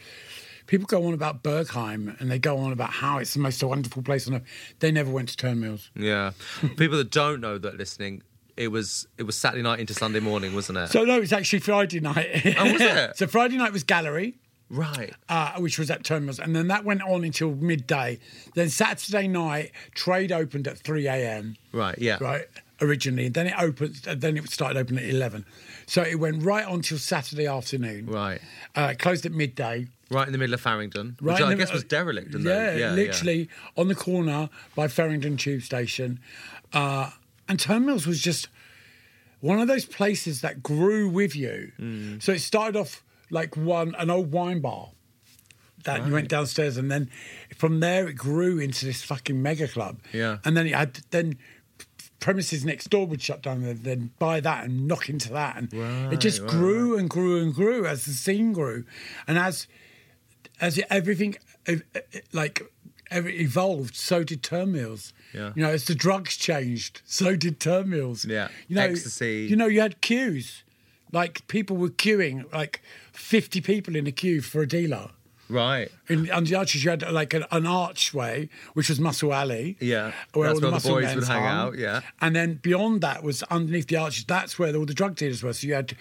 [SPEAKER 2] people go on about Bergheim and they go on about how it's the most wonderful place on earth. They never went to Turnmills.
[SPEAKER 1] Yeah. People that don't know that listening, it was it was Saturday night into Sunday morning, wasn't it?
[SPEAKER 2] So, no, it's actually Friday night.
[SPEAKER 1] Oh, was it?
[SPEAKER 2] <laughs> so, Friday night was Gallery.
[SPEAKER 1] right.
[SPEAKER 2] uh, which was at Turnmills, and then that went on until midday. Then Saturday night, trade opened at three a.m.
[SPEAKER 1] Right, yeah.
[SPEAKER 2] right originally. Then it opened. Then it started opening at eleven, so it went right on till Saturday afternoon.
[SPEAKER 1] Right.
[SPEAKER 2] uh, closed at midday.
[SPEAKER 1] Right in the middle of Farringdon.
[SPEAKER 2] Right,
[SPEAKER 1] Which
[SPEAKER 2] in
[SPEAKER 1] I
[SPEAKER 2] the-
[SPEAKER 1] guess was derelict in
[SPEAKER 2] yeah,
[SPEAKER 1] those. yeah,
[SPEAKER 2] literally on the corner by Farringdon Tube Station, uh, and Turnmills was just one of those places that grew with you.
[SPEAKER 1] Hmm.
[SPEAKER 2] So it started off like one an old wine bar that you went downstairs, and then from there it grew into this fucking mega club.
[SPEAKER 1] Yeah.
[SPEAKER 2] and then it had then premises next door would shut down, and then buy that and knock into that, and it just
[SPEAKER 1] Right, right,
[SPEAKER 2] grew and grew and grew as the scene grew, and as as it, everything ev- eh, like every, evolved, so did term meals.
[SPEAKER 1] Yeah.
[SPEAKER 2] You know, as the drugs changed, <laughs> so did term meals.
[SPEAKER 1] Yeah.
[SPEAKER 2] You know,
[SPEAKER 1] Ecstasy.
[SPEAKER 2] You know, you had queues. Like people were queuing, like fifty people in a queue for a dealer.
[SPEAKER 1] Right.
[SPEAKER 2] In, under the arches, you had like an, an archway, which was Muscle Alley.
[SPEAKER 1] Yeah,
[SPEAKER 2] where
[SPEAKER 1] that's where
[SPEAKER 2] all the
[SPEAKER 1] the
[SPEAKER 2] muscle
[SPEAKER 1] boys
[SPEAKER 2] men's
[SPEAKER 1] would hang
[SPEAKER 2] hung.
[SPEAKER 1] out, yeah.
[SPEAKER 2] and then beyond that was underneath the arches. That's where all the drug dealers were. So you had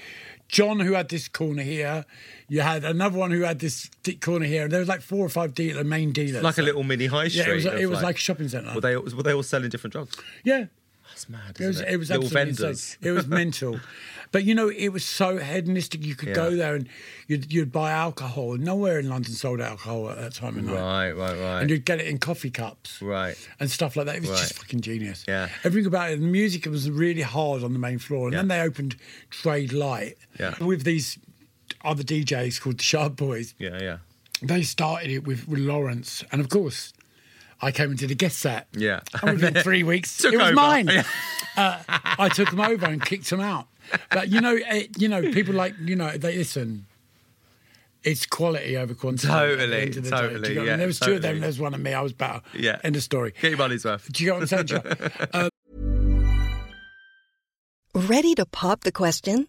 [SPEAKER 2] John who had this corner here. You had another one who had this di- corner here, and there was like four or five dealer main dealers.
[SPEAKER 1] Like a little mini high
[SPEAKER 2] yeah,
[SPEAKER 1] street.
[SPEAKER 2] it was,
[SPEAKER 1] of
[SPEAKER 2] it was like a shopping centre.
[SPEAKER 1] were they were they all selling different drugs?
[SPEAKER 2] yeah,
[SPEAKER 1] That's mad.
[SPEAKER 2] it was
[SPEAKER 1] isn't
[SPEAKER 2] it was
[SPEAKER 1] little
[SPEAKER 2] absolutely
[SPEAKER 1] vendors.
[SPEAKER 2] insane. It
[SPEAKER 1] <laughs>
[SPEAKER 2] was mental, but you know it was so hedonistic. You could
[SPEAKER 1] Yeah.
[SPEAKER 2] go there and you'd, you'd buy alcohol. Nowhere in London sold alcohol at that time of night.
[SPEAKER 1] Right, right, right.
[SPEAKER 2] And you'd get it in coffee cups.
[SPEAKER 1] Right.
[SPEAKER 2] and stuff like that. It was just
[SPEAKER 1] Right.
[SPEAKER 2] fucking genius.
[SPEAKER 1] Yeah.
[SPEAKER 2] Everything about it. The music was really hard on the main floor. And then
[SPEAKER 1] Yeah.
[SPEAKER 2] they opened Trade Light
[SPEAKER 1] Yeah.
[SPEAKER 2] with these other DJs called the Sharp Boys.
[SPEAKER 1] yeah, yeah.
[SPEAKER 2] they started it with Lawrence, and of course, I came into the guest set.
[SPEAKER 1] Yeah. <laughs>
[SPEAKER 2] and within three weeks,
[SPEAKER 1] Took
[SPEAKER 2] it was
[SPEAKER 1] over.
[SPEAKER 2] mine.
[SPEAKER 1] Yeah.
[SPEAKER 2] Uh, I took them over and kicked them out. But you know, it, you know, people like you know, they listen. It's quality over quantity. at the
[SPEAKER 1] Totally,
[SPEAKER 2] end of the
[SPEAKER 1] totally,
[SPEAKER 2] Do you know what I mean?
[SPEAKER 1] yeah,
[SPEAKER 2] There was two of them.
[SPEAKER 1] totally.
[SPEAKER 2] There was one of me. I was better.
[SPEAKER 1] Yeah.
[SPEAKER 2] End of story.
[SPEAKER 1] <laughs> Get your money's worth.
[SPEAKER 2] Do you get what
[SPEAKER 1] <laughs>
[SPEAKER 2] I'm saying? Joe? Uh,
[SPEAKER 3] Ready to pop the question?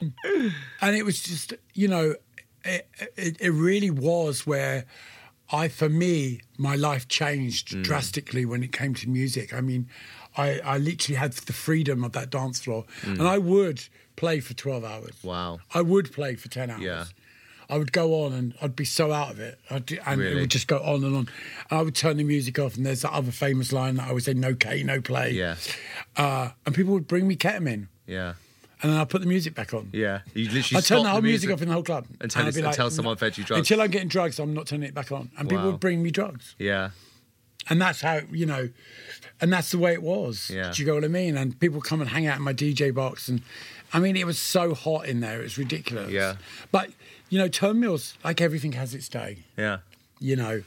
[SPEAKER 2] and it was just you know it, it, it really was where i for me my life changed
[SPEAKER 1] Mm.
[SPEAKER 2] drastically when it came to music i mean i, I literally had the freedom of that dance floor
[SPEAKER 1] Mm.
[SPEAKER 2] and i would play for 12 hours <laughs>
[SPEAKER 1] Wow.
[SPEAKER 2] i would play for 10 hours
[SPEAKER 1] Yeah.
[SPEAKER 2] I would go on and I'd be so out of it. I'd, do- and it
[SPEAKER 1] Really?
[SPEAKER 2] would just go on and on. And I would turn the music off, and there's that other famous line that I would say, no K, no play.
[SPEAKER 1] Yeah.
[SPEAKER 2] Uh, and people would bring me ketamine,
[SPEAKER 1] Yeah.
[SPEAKER 2] and then I'd put the music back on.
[SPEAKER 1] Yeah. You literally
[SPEAKER 2] I turn
[SPEAKER 1] stop
[SPEAKER 2] the whole music off
[SPEAKER 1] music.
[SPEAKER 2] in the whole club
[SPEAKER 1] Until
[SPEAKER 2] I'd
[SPEAKER 1] it's-
[SPEAKER 2] be
[SPEAKER 1] until someone fed you drugs.
[SPEAKER 2] Until I'm getting drugs, I'm not turning it back on. And people
[SPEAKER 1] Wow.
[SPEAKER 2] would bring me drugs,
[SPEAKER 1] Yeah.
[SPEAKER 2] and that's how you know, and that's the way it was.
[SPEAKER 1] Yeah.
[SPEAKER 2] Do you know what I mean? And people come and hang out in my DJ box, and I mean, it was so hot in there, it's ridiculous.
[SPEAKER 1] Yeah.
[SPEAKER 2] But you know, turn mills like everything has its day.
[SPEAKER 1] Yeah.
[SPEAKER 2] You know,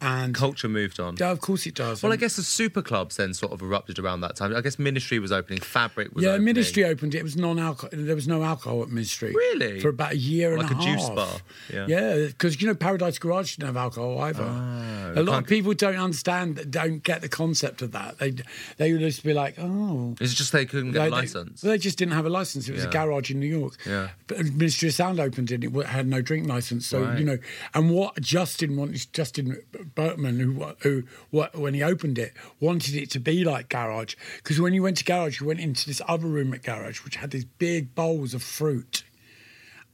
[SPEAKER 2] and
[SPEAKER 1] Culture moved on.
[SPEAKER 2] yeah, of course it does.
[SPEAKER 1] Well, I
[SPEAKER 2] And-
[SPEAKER 1] guess the super clubs then sort of erupted around that time. I guess Ministry was opening, Fabric was
[SPEAKER 2] yeah,
[SPEAKER 1] opening.
[SPEAKER 2] Ministry opened it. It was non-alcohol. There was no alcohol at Ministry.
[SPEAKER 1] Really?
[SPEAKER 2] For about a year
[SPEAKER 1] Like
[SPEAKER 2] and a,
[SPEAKER 1] a juice
[SPEAKER 2] half.
[SPEAKER 1] bar, yeah.
[SPEAKER 2] Yeah, because you know Paradise Garage didn't have alcohol either.
[SPEAKER 1] Oh,
[SPEAKER 2] a lot of people don't understand, don't get the concept of that. They they would just be like, oh.
[SPEAKER 1] It's just they couldn't get
[SPEAKER 2] They-
[SPEAKER 1] a
[SPEAKER 2] they-
[SPEAKER 1] license.
[SPEAKER 2] They, just didn't have a license. It was a
[SPEAKER 1] Yeah.
[SPEAKER 2] garage in New York.
[SPEAKER 1] Yeah.
[SPEAKER 2] But Ministry of Sound opened it. It wa- had no drink license. So
[SPEAKER 1] Right.
[SPEAKER 2] you know, and what Justin wanted, Justin Bertman, who wa- who wa- when he opened it wanted it to be like garage because when you went to garage, you went into this other room at garage which had these big bowls of fruit,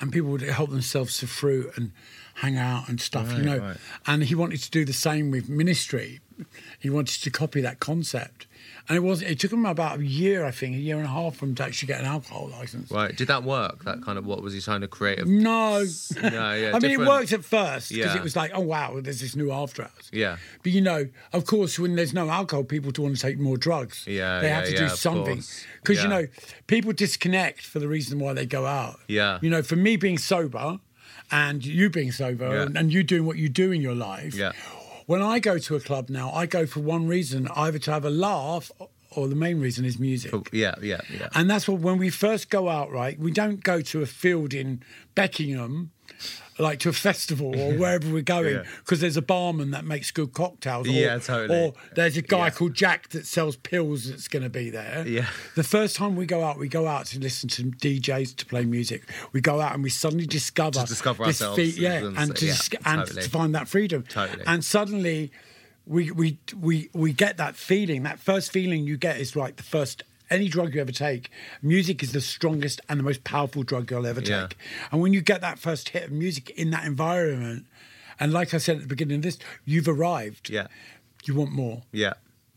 [SPEAKER 2] and people would help themselves to fruit and hang out and stuff. you know,
[SPEAKER 1] right.
[SPEAKER 2] and he wanted to do the same with ministry. He wanted to copy that concept, and it was. It took him about a year, I think, a year and a half, for him to actually get an alcohol license.
[SPEAKER 1] Right. Did that work? That kind of what was he trying to create? A,
[SPEAKER 2] No,
[SPEAKER 1] No,
[SPEAKER 2] <laughs> I
[SPEAKER 1] yeah,
[SPEAKER 2] mean it
[SPEAKER 1] different-
[SPEAKER 2] worked at first because
[SPEAKER 1] Yeah.
[SPEAKER 2] it was like, oh wow, there's this new after hours.
[SPEAKER 1] Yeah.
[SPEAKER 2] but you know, of course, when there's no alcohol, people do want to take more drugs.
[SPEAKER 1] Yeah,
[SPEAKER 2] they
[SPEAKER 1] yeah,
[SPEAKER 2] have to
[SPEAKER 1] yeah,
[SPEAKER 2] do
[SPEAKER 1] of
[SPEAKER 2] something
[SPEAKER 1] course.
[SPEAKER 2] because you
[SPEAKER 1] Yeah.
[SPEAKER 2] know people disconnect for the reason why they go out.
[SPEAKER 1] Yeah.
[SPEAKER 2] you know, for me being sober and you being sober
[SPEAKER 1] Yeah.
[SPEAKER 2] and, and you doing what you do in your life.
[SPEAKER 1] Yeah.
[SPEAKER 2] When I go to a club now, I go for one reason: either to have a laugh, or the main reason is music.
[SPEAKER 1] Oh, yeah, yeah, yeah.
[SPEAKER 2] And that's what when we first go out, right? We don't go to a field in Beckingham, like to a festival or
[SPEAKER 1] <laughs>
[SPEAKER 2] wherever we're going,
[SPEAKER 1] Yeah.
[SPEAKER 2] because there's a barman that makes good cocktails. Or,
[SPEAKER 1] Yeah, totally.
[SPEAKER 2] Or there's a guy
[SPEAKER 1] Yeah.
[SPEAKER 2] called Jack that sells pills that's going to be there.
[SPEAKER 1] Yeah.
[SPEAKER 2] The first time we go out, we go out to listen to DJs to play music. We go out and we suddenly discover
[SPEAKER 1] To discover
[SPEAKER 2] this
[SPEAKER 1] ourselves
[SPEAKER 2] fe- yeah,
[SPEAKER 1] and-
[SPEAKER 2] and to
[SPEAKER 1] yeah,
[SPEAKER 2] disc- and
[SPEAKER 1] totally.
[SPEAKER 2] to find that freedom.
[SPEAKER 1] Totally.
[SPEAKER 2] And suddenly we we we we get that feeling that first feeling you get is like the first any drug you ever take music is the strongest and the most powerful drug you'll ever
[SPEAKER 1] Yeah.
[SPEAKER 2] take and when you get that first hit of music in that environment and like i said at the beginning of this you've arrived
[SPEAKER 1] Yeah.
[SPEAKER 2] you want more
[SPEAKER 1] yeah.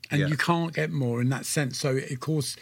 [SPEAKER 2] and
[SPEAKER 1] yeah.
[SPEAKER 2] you can't get more in that sense. So, of course,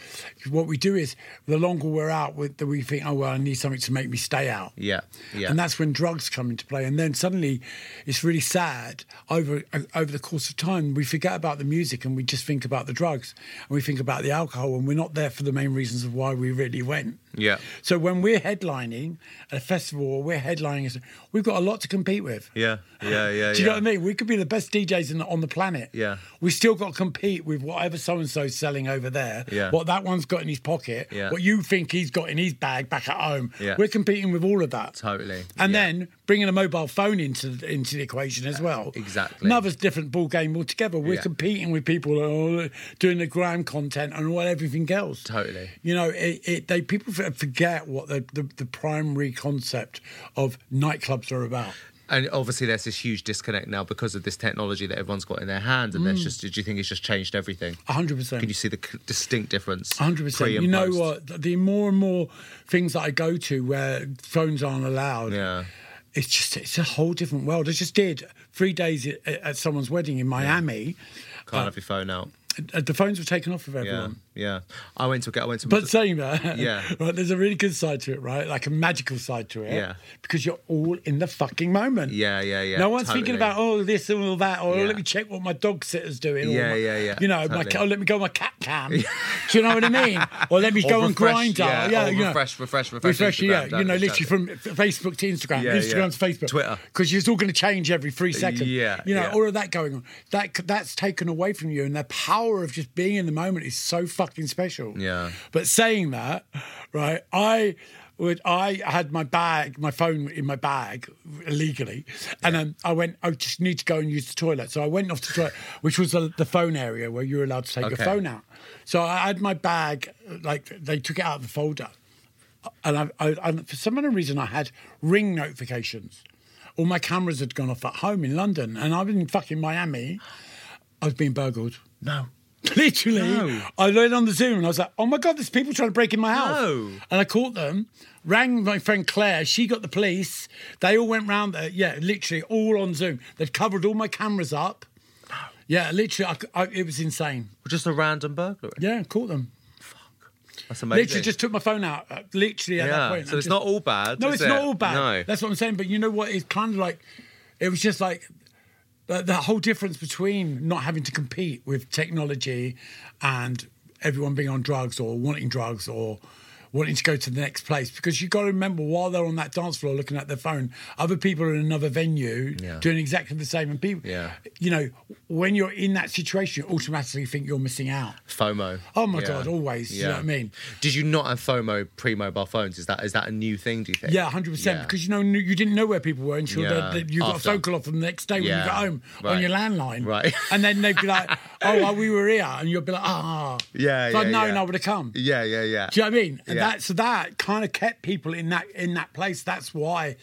[SPEAKER 2] what we do is the longer we're out, we, the- we think, oh, well, I need something to make me stay out.
[SPEAKER 1] Yeah, yeah.
[SPEAKER 2] And that's when drugs come into play. And then suddenly it's really sad over over the course of time. We forget about the music and we just think about the drugs and we think about the alcohol and we're not there for the main reasons of why we really went.
[SPEAKER 1] Yeah.
[SPEAKER 2] So when we're headlining at a festival or we're headlining, we've got a lot to compete with.
[SPEAKER 1] Yeah, yeah, yeah.
[SPEAKER 2] <laughs> Do you
[SPEAKER 1] yeah.
[SPEAKER 2] know what I mean? We could be the best DJs in the, on the planet.
[SPEAKER 1] Yeah.
[SPEAKER 2] We still got to compete compete with whatever so and so's selling over there,
[SPEAKER 1] Yeah.
[SPEAKER 2] what that one's got in his pocket,
[SPEAKER 1] Yeah.
[SPEAKER 2] what you think he's got in his bag back at home.
[SPEAKER 1] Yeah.
[SPEAKER 2] We're competing with all of that.
[SPEAKER 1] Totally.
[SPEAKER 2] And
[SPEAKER 1] Yeah.
[SPEAKER 2] then bringing a mobile phone into the, into the equation as well.
[SPEAKER 1] exactly.
[SPEAKER 2] Another different ball game altogether. We're
[SPEAKER 1] Yeah.
[SPEAKER 2] competing with people who are doing the gram content and all everything else.
[SPEAKER 1] Totally.
[SPEAKER 2] You know, it, it, they people f- forget what the, the, the primary concept of nightclubs are about.
[SPEAKER 1] And obviously, there's this huge disconnect now because of this technology that everyone's got in their hands. And
[SPEAKER 2] Mm.
[SPEAKER 1] there's just, do you think it's just changed everything?
[SPEAKER 2] 100%.
[SPEAKER 1] Can you see the c- distinct difference?
[SPEAKER 2] Hundred percent.
[SPEAKER 1] pre and
[SPEAKER 2] You know
[SPEAKER 1] post?
[SPEAKER 2] what? The more and more things that I go to where phones aren't allowed,
[SPEAKER 1] Yeah.
[SPEAKER 2] it's just it's a whole different world. I just did three days at, at someone's wedding in Miami.
[SPEAKER 1] Can't have your phone out.
[SPEAKER 2] Uh, The phones were taken off of
[SPEAKER 1] Yeah.
[SPEAKER 2] everyone.
[SPEAKER 1] Yeah. I went to get. I went to.
[SPEAKER 2] But saying that,
[SPEAKER 1] Yeah.
[SPEAKER 2] <laughs> right, there's a really good side to it, right? Like a magical side to it,
[SPEAKER 1] Yeah.
[SPEAKER 2] Because you're all in the fucking moment.
[SPEAKER 1] Yeah, yeah, yeah,
[SPEAKER 2] No one's
[SPEAKER 1] totally.
[SPEAKER 2] thinking about oh this and all that, or
[SPEAKER 1] Yeah.
[SPEAKER 2] let me check what my dog sitter's doing. or
[SPEAKER 1] Yeah,
[SPEAKER 2] my-
[SPEAKER 1] yeah, yeah,
[SPEAKER 2] You know, my
[SPEAKER 1] totally.
[SPEAKER 2] ca- oh, let me go on my cat
[SPEAKER 1] <laughs>
[SPEAKER 2] cam. Do you know what I mean? Or let me
[SPEAKER 1] Or
[SPEAKER 2] go on
[SPEAKER 1] refresh,
[SPEAKER 2] Grindr.
[SPEAKER 1] yeah,
[SPEAKER 2] Yeah,
[SPEAKER 1] or
[SPEAKER 2] you know.
[SPEAKER 1] refresh, refresh, refresh Instagram,
[SPEAKER 2] Yeah, you
[SPEAKER 1] don't
[SPEAKER 2] know,
[SPEAKER 1] it?
[SPEAKER 2] literally from f- Facebook to Instagram,
[SPEAKER 1] Yeah,
[SPEAKER 2] Instagram to
[SPEAKER 1] yeah.
[SPEAKER 2] Facebook,
[SPEAKER 1] Twitter.
[SPEAKER 2] because it's all going to change every three seconds.
[SPEAKER 1] Yeah,
[SPEAKER 2] you know,
[SPEAKER 1] yeah.
[SPEAKER 2] all of that going on. That c- that's taken away from you, and the power of just being in the moment is so fucking special.
[SPEAKER 1] Yeah.
[SPEAKER 2] But saying that, right, I would I had my bag, my phone in my bag illegally, and then I went. I just need to go and use the toilet, so I went off to the toilet, which was the, the phone area where you're allowed to take
[SPEAKER 1] Okay.
[SPEAKER 2] your phone out. So I had my bag, like they took it out of the folder, and I, I, I for some other reason I had ring notifications. All my cameras had gone off at home in London, and I was in fucking Miami. I was being burgled.
[SPEAKER 1] No.
[SPEAKER 2] <laughs> Literally,
[SPEAKER 1] No.
[SPEAKER 2] I went on the Zoom and I was like, "Oh my god, there's people trying to break in my house!"
[SPEAKER 1] No.
[SPEAKER 2] And I caught them, rang my friend Claire. She got the police. They all went round there. Yeah, literally, all on Zoom. They'd covered all my cameras up. Yeah, literally, I c I it was insane.
[SPEAKER 1] Just a random burglary.
[SPEAKER 2] Yeah, caught them.
[SPEAKER 1] That's amazing.
[SPEAKER 2] Literally, just took my phone out. uh, Literally, at
[SPEAKER 1] Yeah,
[SPEAKER 2] that point.
[SPEAKER 1] so
[SPEAKER 2] and
[SPEAKER 1] it's
[SPEAKER 2] just-
[SPEAKER 1] not all bad,
[SPEAKER 2] No,
[SPEAKER 1] is
[SPEAKER 2] it's
[SPEAKER 1] it?
[SPEAKER 2] not all bad.
[SPEAKER 1] No.
[SPEAKER 2] that's what I'm saying. But you know what? It's kind of like it was just like the, the whole difference between not having to compete with technology and everyone being on drugs or wanting drugs or wanting to go to the next place because you've got to remember while they're on that dance floor looking at their phone other people are in another venue
[SPEAKER 1] Yeah.
[SPEAKER 2] doing exactly the same and people
[SPEAKER 1] Yeah.
[SPEAKER 2] you know when you're in that situation you automatically think you're missing out
[SPEAKER 1] FOMO.
[SPEAKER 2] Oh my God, always, you know what I mean?
[SPEAKER 1] Did you not have FOMO pre mobile phones? Is that is that a new thing? Do you think?
[SPEAKER 2] Yeah, hundred percent.
[SPEAKER 1] Yeah.
[SPEAKER 2] Because you know you didn't know where people were until
[SPEAKER 1] Yeah.
[SPEAKER 2] they, they, you got a
[SPEAKER 1] After.
[SPEAKER 2] phone call off them the next day when
[SPEAKER 1] Yeah.
[SPEAKER 2] you got home
[SPEAKER 1] Right.
[SPEAKER 2] on your landline,
[SPEAKER 1] Right.
[SPEAKER 2] <laughs> And then they'd be like, "Oh, well, we were here," and you'd be like, "Ah,
[SPEAKER 1] Yeah,
[SPEAKER 2] If I'd
[SPEAKER 1] yeah,
[SPEAKER 2] known,
[SPEAKER 1] yeah.
[SPEAKER 2] I would have come.
[SPEAKER 1] yeah, yeah, yeah.
[SPEAKER 2] Do you know what I mean? And
[SPEAKER 1] Yeah.
[SPEAKER 2] that so that kind of kept people in that in that place. That's why,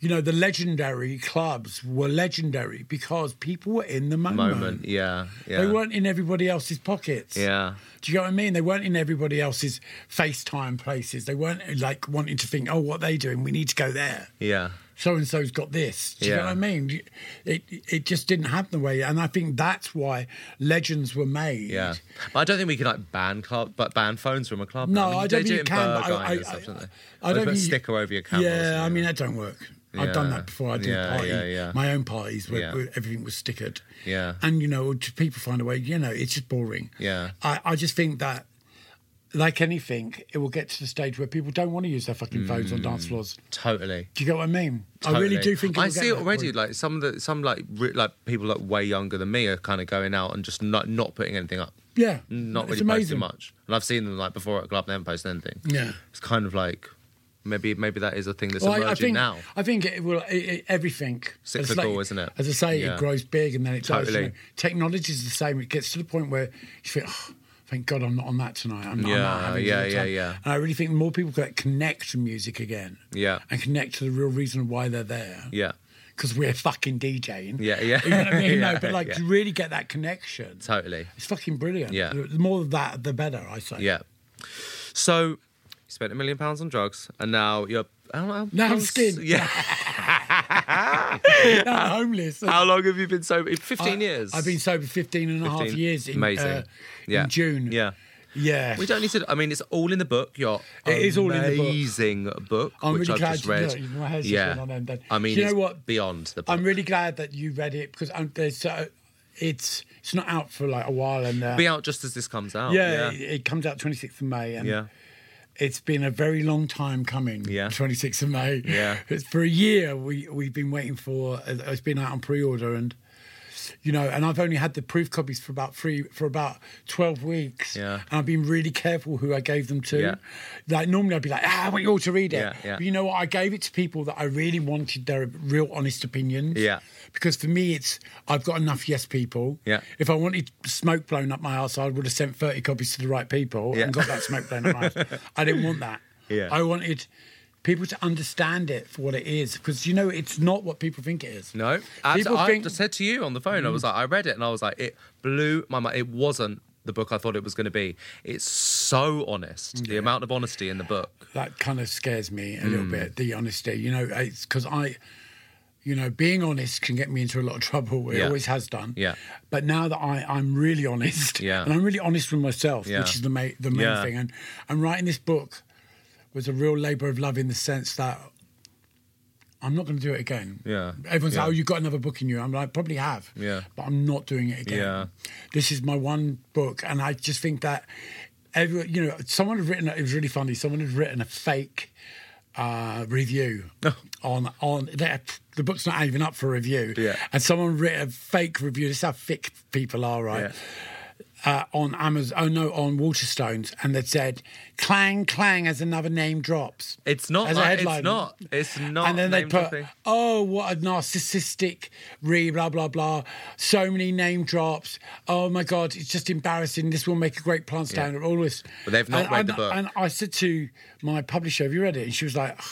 [SPEAKER 2] you know, the legendary clubs were legendary because people were in the moment.
[SPEAKER 1] Moment. Yeah, yeah.
[SPEAKER 2] They weren't in everybody else's pockets.
[SPEAKER 1] Yeah.
[SPEAKER 2] Do you know what I mean? They weren't in everybody else's FaceTime places. They weren't like wanting to think, oh, what are they doing? We need to go there.
[SPEAKER 1] Yeah.
[SPEAKER 2] So and so's got this. Do you know
[SPEAKER 1] Yeah.
[SPEAKER 2] what I mean? It it just didn't happen the way, and I think that's why legends were made.
[SPEAKER 1] Yeah, but I don't think we could like ban club, but ban phones from a club.
[SPEAKER 2] No,
[SPEAKER 1] I, mean,
[SPEAKER 2] I
[SPEAKER 1] they
[SPEAKER 2] don't
[SPEAKER 1] do
[SPEAKER 2] think you
[SPEAKER 1] it in
[SPEAKER 2] can. but I,
[SPEAKER 1] Burger
[SPEAKER 2] I,
[SPEAKER 1] and stuff, don't
[SPEAKER 2] I,
[SPEAKER 1] they?
[SPEAKER 2] I
[SPEAKER 1] They
[SPEAKER 2] don't
[SPEAKER 1] put a
[SPEAKER 2] think you-
[SPEAKER 1] sticker over your camera. or
[SPEAKER 2] Yeah, I
[SPEAKER 1] something.
[SPEAKER 2] mean that don't work. I've done
[SPEAKER 1] Yeah.
[SPEAKER 2] that before. I did
[SPEAKER 1] Yeah,
[SPEAKER 2] party,
[SPEAKER 1] yeah, yeah.
[SPEAKER 2] my own parties where,
[SPEAKER 1] Yeah.
[SPEAKER 2] where everything was stickered.
[SPEAKER 1] Yeah.
[SPEAKER 2] and you know, to people find a way. You know, it's just boring.
[SPEAKER 1] Yeah.
[SPEAKER 2] I, I just think that, like anything, it will get to the stage where people don't want to use their fucking phones on dance floors.
[SPEAKER 1] totally.
[SPEAKER 2] Do you get what I mean?
[SPEAKER 1] Mm.
[SPEAKER 2] I
[SPEAKER 1] Totally.
[SPEAKER 2] really do think. It
[SPEAKER 1] I
[SPEAKER 2] will get
[SPEAKER 1] see
[SPEAKER 2] to
[SPEAKER 1] it
[SPEAKER 2] that
[SPEAKER 1] already.
[SPEAKER 2] point.
[SPEAKER 1] Like some of the some like re, like people like way younger than me are kind of going out and just not not putting anything up.
[SPEAKER 2] Yeah,
[SPEAKER 1] not
[SPEAKER 2] it's
[SPEAKER 1] really
[SPEAKER 2] amazing.
[SPEAKER 1] posting much. And I've seen them like before at a club, they haven't posted anything.
[SPEAKER 2] Yeah.
[SPEAKER 1] it's kind of like maybe maybe that is a thing that's
[SPEAKER 2] Well,
[SPEAKER 1] emerging
[SPEAKER 2] I, I think
[SPEAKER 1] now.
[SPEAKER 2] I think it will it, it, everything. It's
[SPEAKER 1] Cyclical, isn't it?
[SPEAKER 2] As I say,
[SPEAKER 1] Yeah.
[SPEAKER 2] it grows big and then it does.
[SPEAKER 1] Totally.
[SPEAKER 2] You know, technology is the same. It gets to the point where you think, oh, thank God I'm not on that tonight. I'm not, I'm not
[SPEAKER 1] Yeah,
[SPEAKER 2] having a
[SPEAKER 1] yeah,
[SPEAKER 2] good
[SPEAKER 1] yeah,
[SPEAKER 2] time."
[SPEAKER 1] yeah.
[SPEAKER 2] And I really think the more people that connect to music again,
[SPEAKER 1] Yeah.
[SPEAKER 2] and connect to the real reason why they're there,
[SPEAKER 1] Yeah,
[SPEAKER 2] because we're fucking DJing.
[SPEAKER 1] Yeah, yeah.
[SPEAKER 2] You know what
[SPEAKER 1] <laughs>
[SPEAKER 2] I mean?
[SPEAKER 1] Yeah,
[SPEAKER 2] no, but like
[SPEAKER 1] yeah.
[SPEAKER 2] to really get that connection,
[SPEAKER 1] totally.
[SPEAKER 2] it's fucking brilliant.
[SPEAKER 1] Yeah.
[SPEAKER 2] the more of that, the better. I say.
[SPEAKER 1] Yeah. So you spent a million pounds on drugs, and now you're. I don't know,
[SPEAKER 2] Now I'm
[SPEAKER 1] how s-
[SPEAKER 2] skin.
[SPEAKER 1] Yeah. <laughs>
[SPEAKER 2] Now I'm <laughs> homeless.
[SPEAKER 1] How long have you been sober? 15
[SPEAKER 2] I-
[SPEAKER 1] years.
[SPEAKER 2] I've been sober 15 and a half
[SPEAKER 1] 15.
[SPEAKER 2] years in,
[SPEAKER 1] Amazing.
[SPEAKER 2] uh,
[SPEAKER 1] Yeah.
[SPEAKER 2] in June.
[SPEAKER 1] Yeah.
[SPEAKER 2] Yeah.
[SPEAKER 1] We don't need to. I mean, it's all in the book. Your
[SPEAKER 2] It is all in the book.
[SPEAKER 1] amazing book,
[SPEAKER 2] I'm
[SPEAKER 1] which
[SPEAKER 2] really
[SPEAKER 1] I've
[SPEAKER 2] glad
[SPEAKER 1] just
[SPEAKER 2] you-
[SPEAKER 1] read.
[SPEAKER 2] look, my hair's just
[SPEAKER 1] yeah.
[SPEAKER 2] went on end then.
[SPEAKER 1] I mean,
[SPEAKER 2] Do you
[SPEAKER 1] it's
[SPEAKER 2] know what?
[SPEAKER 1] beyond the book.
[SPEAKER 2] I'm really glad that you read it because I'm, there's, uh, it's it's not out for like a while and uh,
[SPEAKER 1] Be out just as this comes out.
[SPEAKER 2] yeah,
[SPEAKER 1] Yeah.
[SPEAKER 2] It, it comes out 26th of May and
[SPEAKER 1] Yeah.
[SPEAKER 2] it's been a very long time coming.
[SPEAKER 1] Yeah.
[SPEAKER 2] 26th of May. <laughs>
[SPEAKER 1] Yeah.
[SPEAKER 2] It's for a year we we've been waiting for. It's been out on pre-order and you know, and I've only had the proof copies for about three for about twelve weeks.
[SPEAKER 1] Yeah.
[SPEAKER 2] And I've been really careful who I gave them to.
[SPEAKER 1] Yeah.
[SPEAKER 2] Like normally I'd be like, ah, I want you all to read it.
[SPEAKER 1] Yeah, yeah.
[SPEAKER 2] But you know what? I gave it to people that I really wanted their real honest opinions.
[SPEAKER 1] Yeah.
[SPEAKER 2] Because for me it's I've got enough yes people.
[SPEAKER 1] Yeah.
[SPEAKER 2] If I wanted smoke blown up my ass, I would have sent thirty copies to the right people
[SPEAKER 1] Yeah.
[SPEAKER 2] and got that smoke blown up my ass. I didn't want that.
[SPEAKER 1] Yeah.
[SPEAKER 2] I wanted people to understand it for what it is because you know it's not what people think it is.
[SPEAKER 1] No,
[SPEAKER 2] people
[SPEAKER 1] people I
[SPEAKER 2] think Mm.
[SPEAKER 1] just said to you on the phone. I was like, I read it, and I was like, it blew my mind. It wasn't the book I thought it was going to be. It's so honest. The amount of honesty in the book.
[SPEAKER 2] that kind of scares me a
[SPEAKER 1] Hmm.
[SPEAKER 2] little bit. The honesty, you know, it's because I, you know, being honest can get me into a lot of trouble. It
[SPEAKER 1] Yeah.
[SPEAKER 2] always has done.
[SPEAKER 1] Yeah.
[SPEAKER 2] But now that I I'm really honest,
[SPEAKER 1] Yeah.
[SPEAKER 2] and I'm really honest with myself,
[SPEAKER 1] Yeah.
[SPEAKER 2] which is the main the main
[SPEAKER 1] Yeah.
[SPEAKER 2] thing. And and writing this book was a real labour of love in the sense that. I'm not going to do it again.
[SPEAKER 1] Yeah.
[SPEAKER 2] Everyone's
[SPEAKER 1] Yeah.
[SPEAKER 2] like, oh, you've got another book in you. I'm like, probably have.
[SPEAKER 1] Yeah.
[SPEAKER 2] But I'm not doing it again.
[SPEAKER 1] Yeah.
[SPEAKER 2] This is my one book, and I just think that every you know someone had written it was really funny. Someone had written a fake uh, review
[SPEAKER 1] Oh.
[SPEAKER 2] on on the, the book's not even up for review.
[SPEAKER 1] Yeah.
[SPEAKER 2] and someone wrote a fake review. This is how thick people are, right?
[SPEAKER 1] Yeah.
[SPEAKER 2] Uh, on Amazon, oh no, on Waterstones, and they said "clang clang" as another name drops.
[SPEAKER 1] It's not
[SPEAKER 2] As a
[SPEAKER 1] like- it's
[SPEAKER 2] headline.
[SPEAKER 1] not- it's not
[SPEAKER 2] And then they
[SPEAKER 1] name
[SPEAKER 2] put,
[SPEAKER 1] dropping.
[SPEAKER 2] "Oh, what a narcissistic re blah blah blah." So many name drops. Oh my god, it's just embarrassing. This will make a great plant stand. All this,
[SPEAKER 1] But they've not
[SPEAKER 2] and,
[SPEAKER 1] read
[SPEAKER 2] and-
[SPEAKER 1] the book.
[SPEAKER 2] And I said to my publisher, "Have you read it?" And she was like. "Ugh,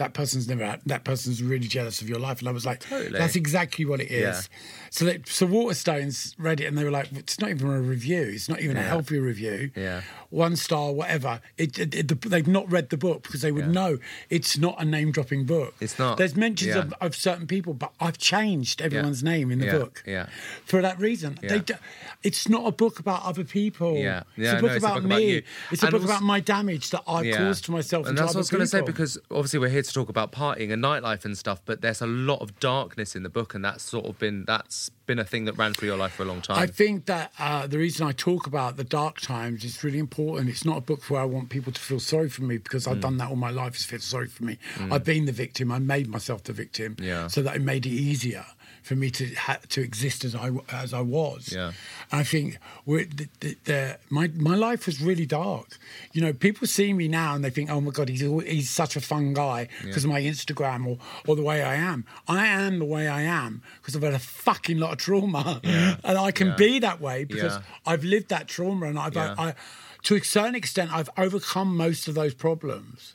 [SPEAKER 2] That person's never. had- That person's really jealous of your life, and I was like,
[SPEAKER 1] Totally.
[SPEAKER 2] "That's exactly what it is."
[SPEAKER 1] Yeah.
[SPEAKER 2] So, they, so Waterstones read it, and they were like, "It's not even a review. It's not even a healthy review
[SPEAKER 1] Yeah.
[SPEAKER 2] one star, whatever. It, it, it- they've not read the book because they would know it's not a name dropping book.
[SPEAKER 1] It's not.
[SPEAKER 2] There's mentions of,
[SPEAKER 1] Yeah.
[SPEAKER 2] of certain people, but I've changed everyone's name in the
[SPEAKER 1] Yeah.
[SPEAKER 2] book.
[SPEAKER 1] Yeah.
[SPEAKER 2] For that reason,
[SPEAKER 1] Yeah.
[SPEAKER 2] they d- it's not a book about other people.
[SPEAKER 1] Yeah. Yeah,
[SPEAKER 2] it's
[SPEAKER 1] I
[SPEAKER 2] a
[SPEAKER 1] know,
[SPEAKER 2] book about me.
[SPEAKER 1] you.
[SPEAKER 2] It's a
[SPEAKER 1] And
[SPEAKER 2] book
[SPEAKER 1] also-
[SPEAKER 2] about my damage that I've caused to myself and,
[SPEAKER 1] And
[SPEAKER 2] to
[SPEAKER 1] that's what
[SPEAKER 2] other
[SPEAKER 1] I was going to say
[SPEAKER 2] people.
[SPEAKER 1] because obviously we're here to talk about partying and nightlife and stuff, but there's a lot of darkness in the book, and that's sort of been that's been a thing that ran through your life for a long time.
[SPEAKER 2] I think that uh, the reason I talk about the dark times is really important. It's not a book where I want people to feel sorry for me because
[SPEAKER 1] Mm.
[SPEAKER 2] I've done that all my life is feel sorry for me. I've been the victim. I made myself the victim
[SPEAKER 1] Yeah.
[SPEAKER 2] so that it made it easier for me to ha- to exist as I w- as I was.
[SPEAKER 1] Yeah.
[SPEAKER 2] I think we're, the, the, the, my my life was really dark. You know, people see me now and they think, "Oh my god, he's al- he's such a fun guy because of my Instagram or or the way I am." I am the way I am because I've had a fucking lot of trauma, and I can be that way because
[SPEAKER 1] Yeah.
[SPEAKER 2] I've lived that trauma and I've
[SPEAKER 1] Yeah.
[SPEAKER 2] I, to a certain extent I've overcome most of those problems.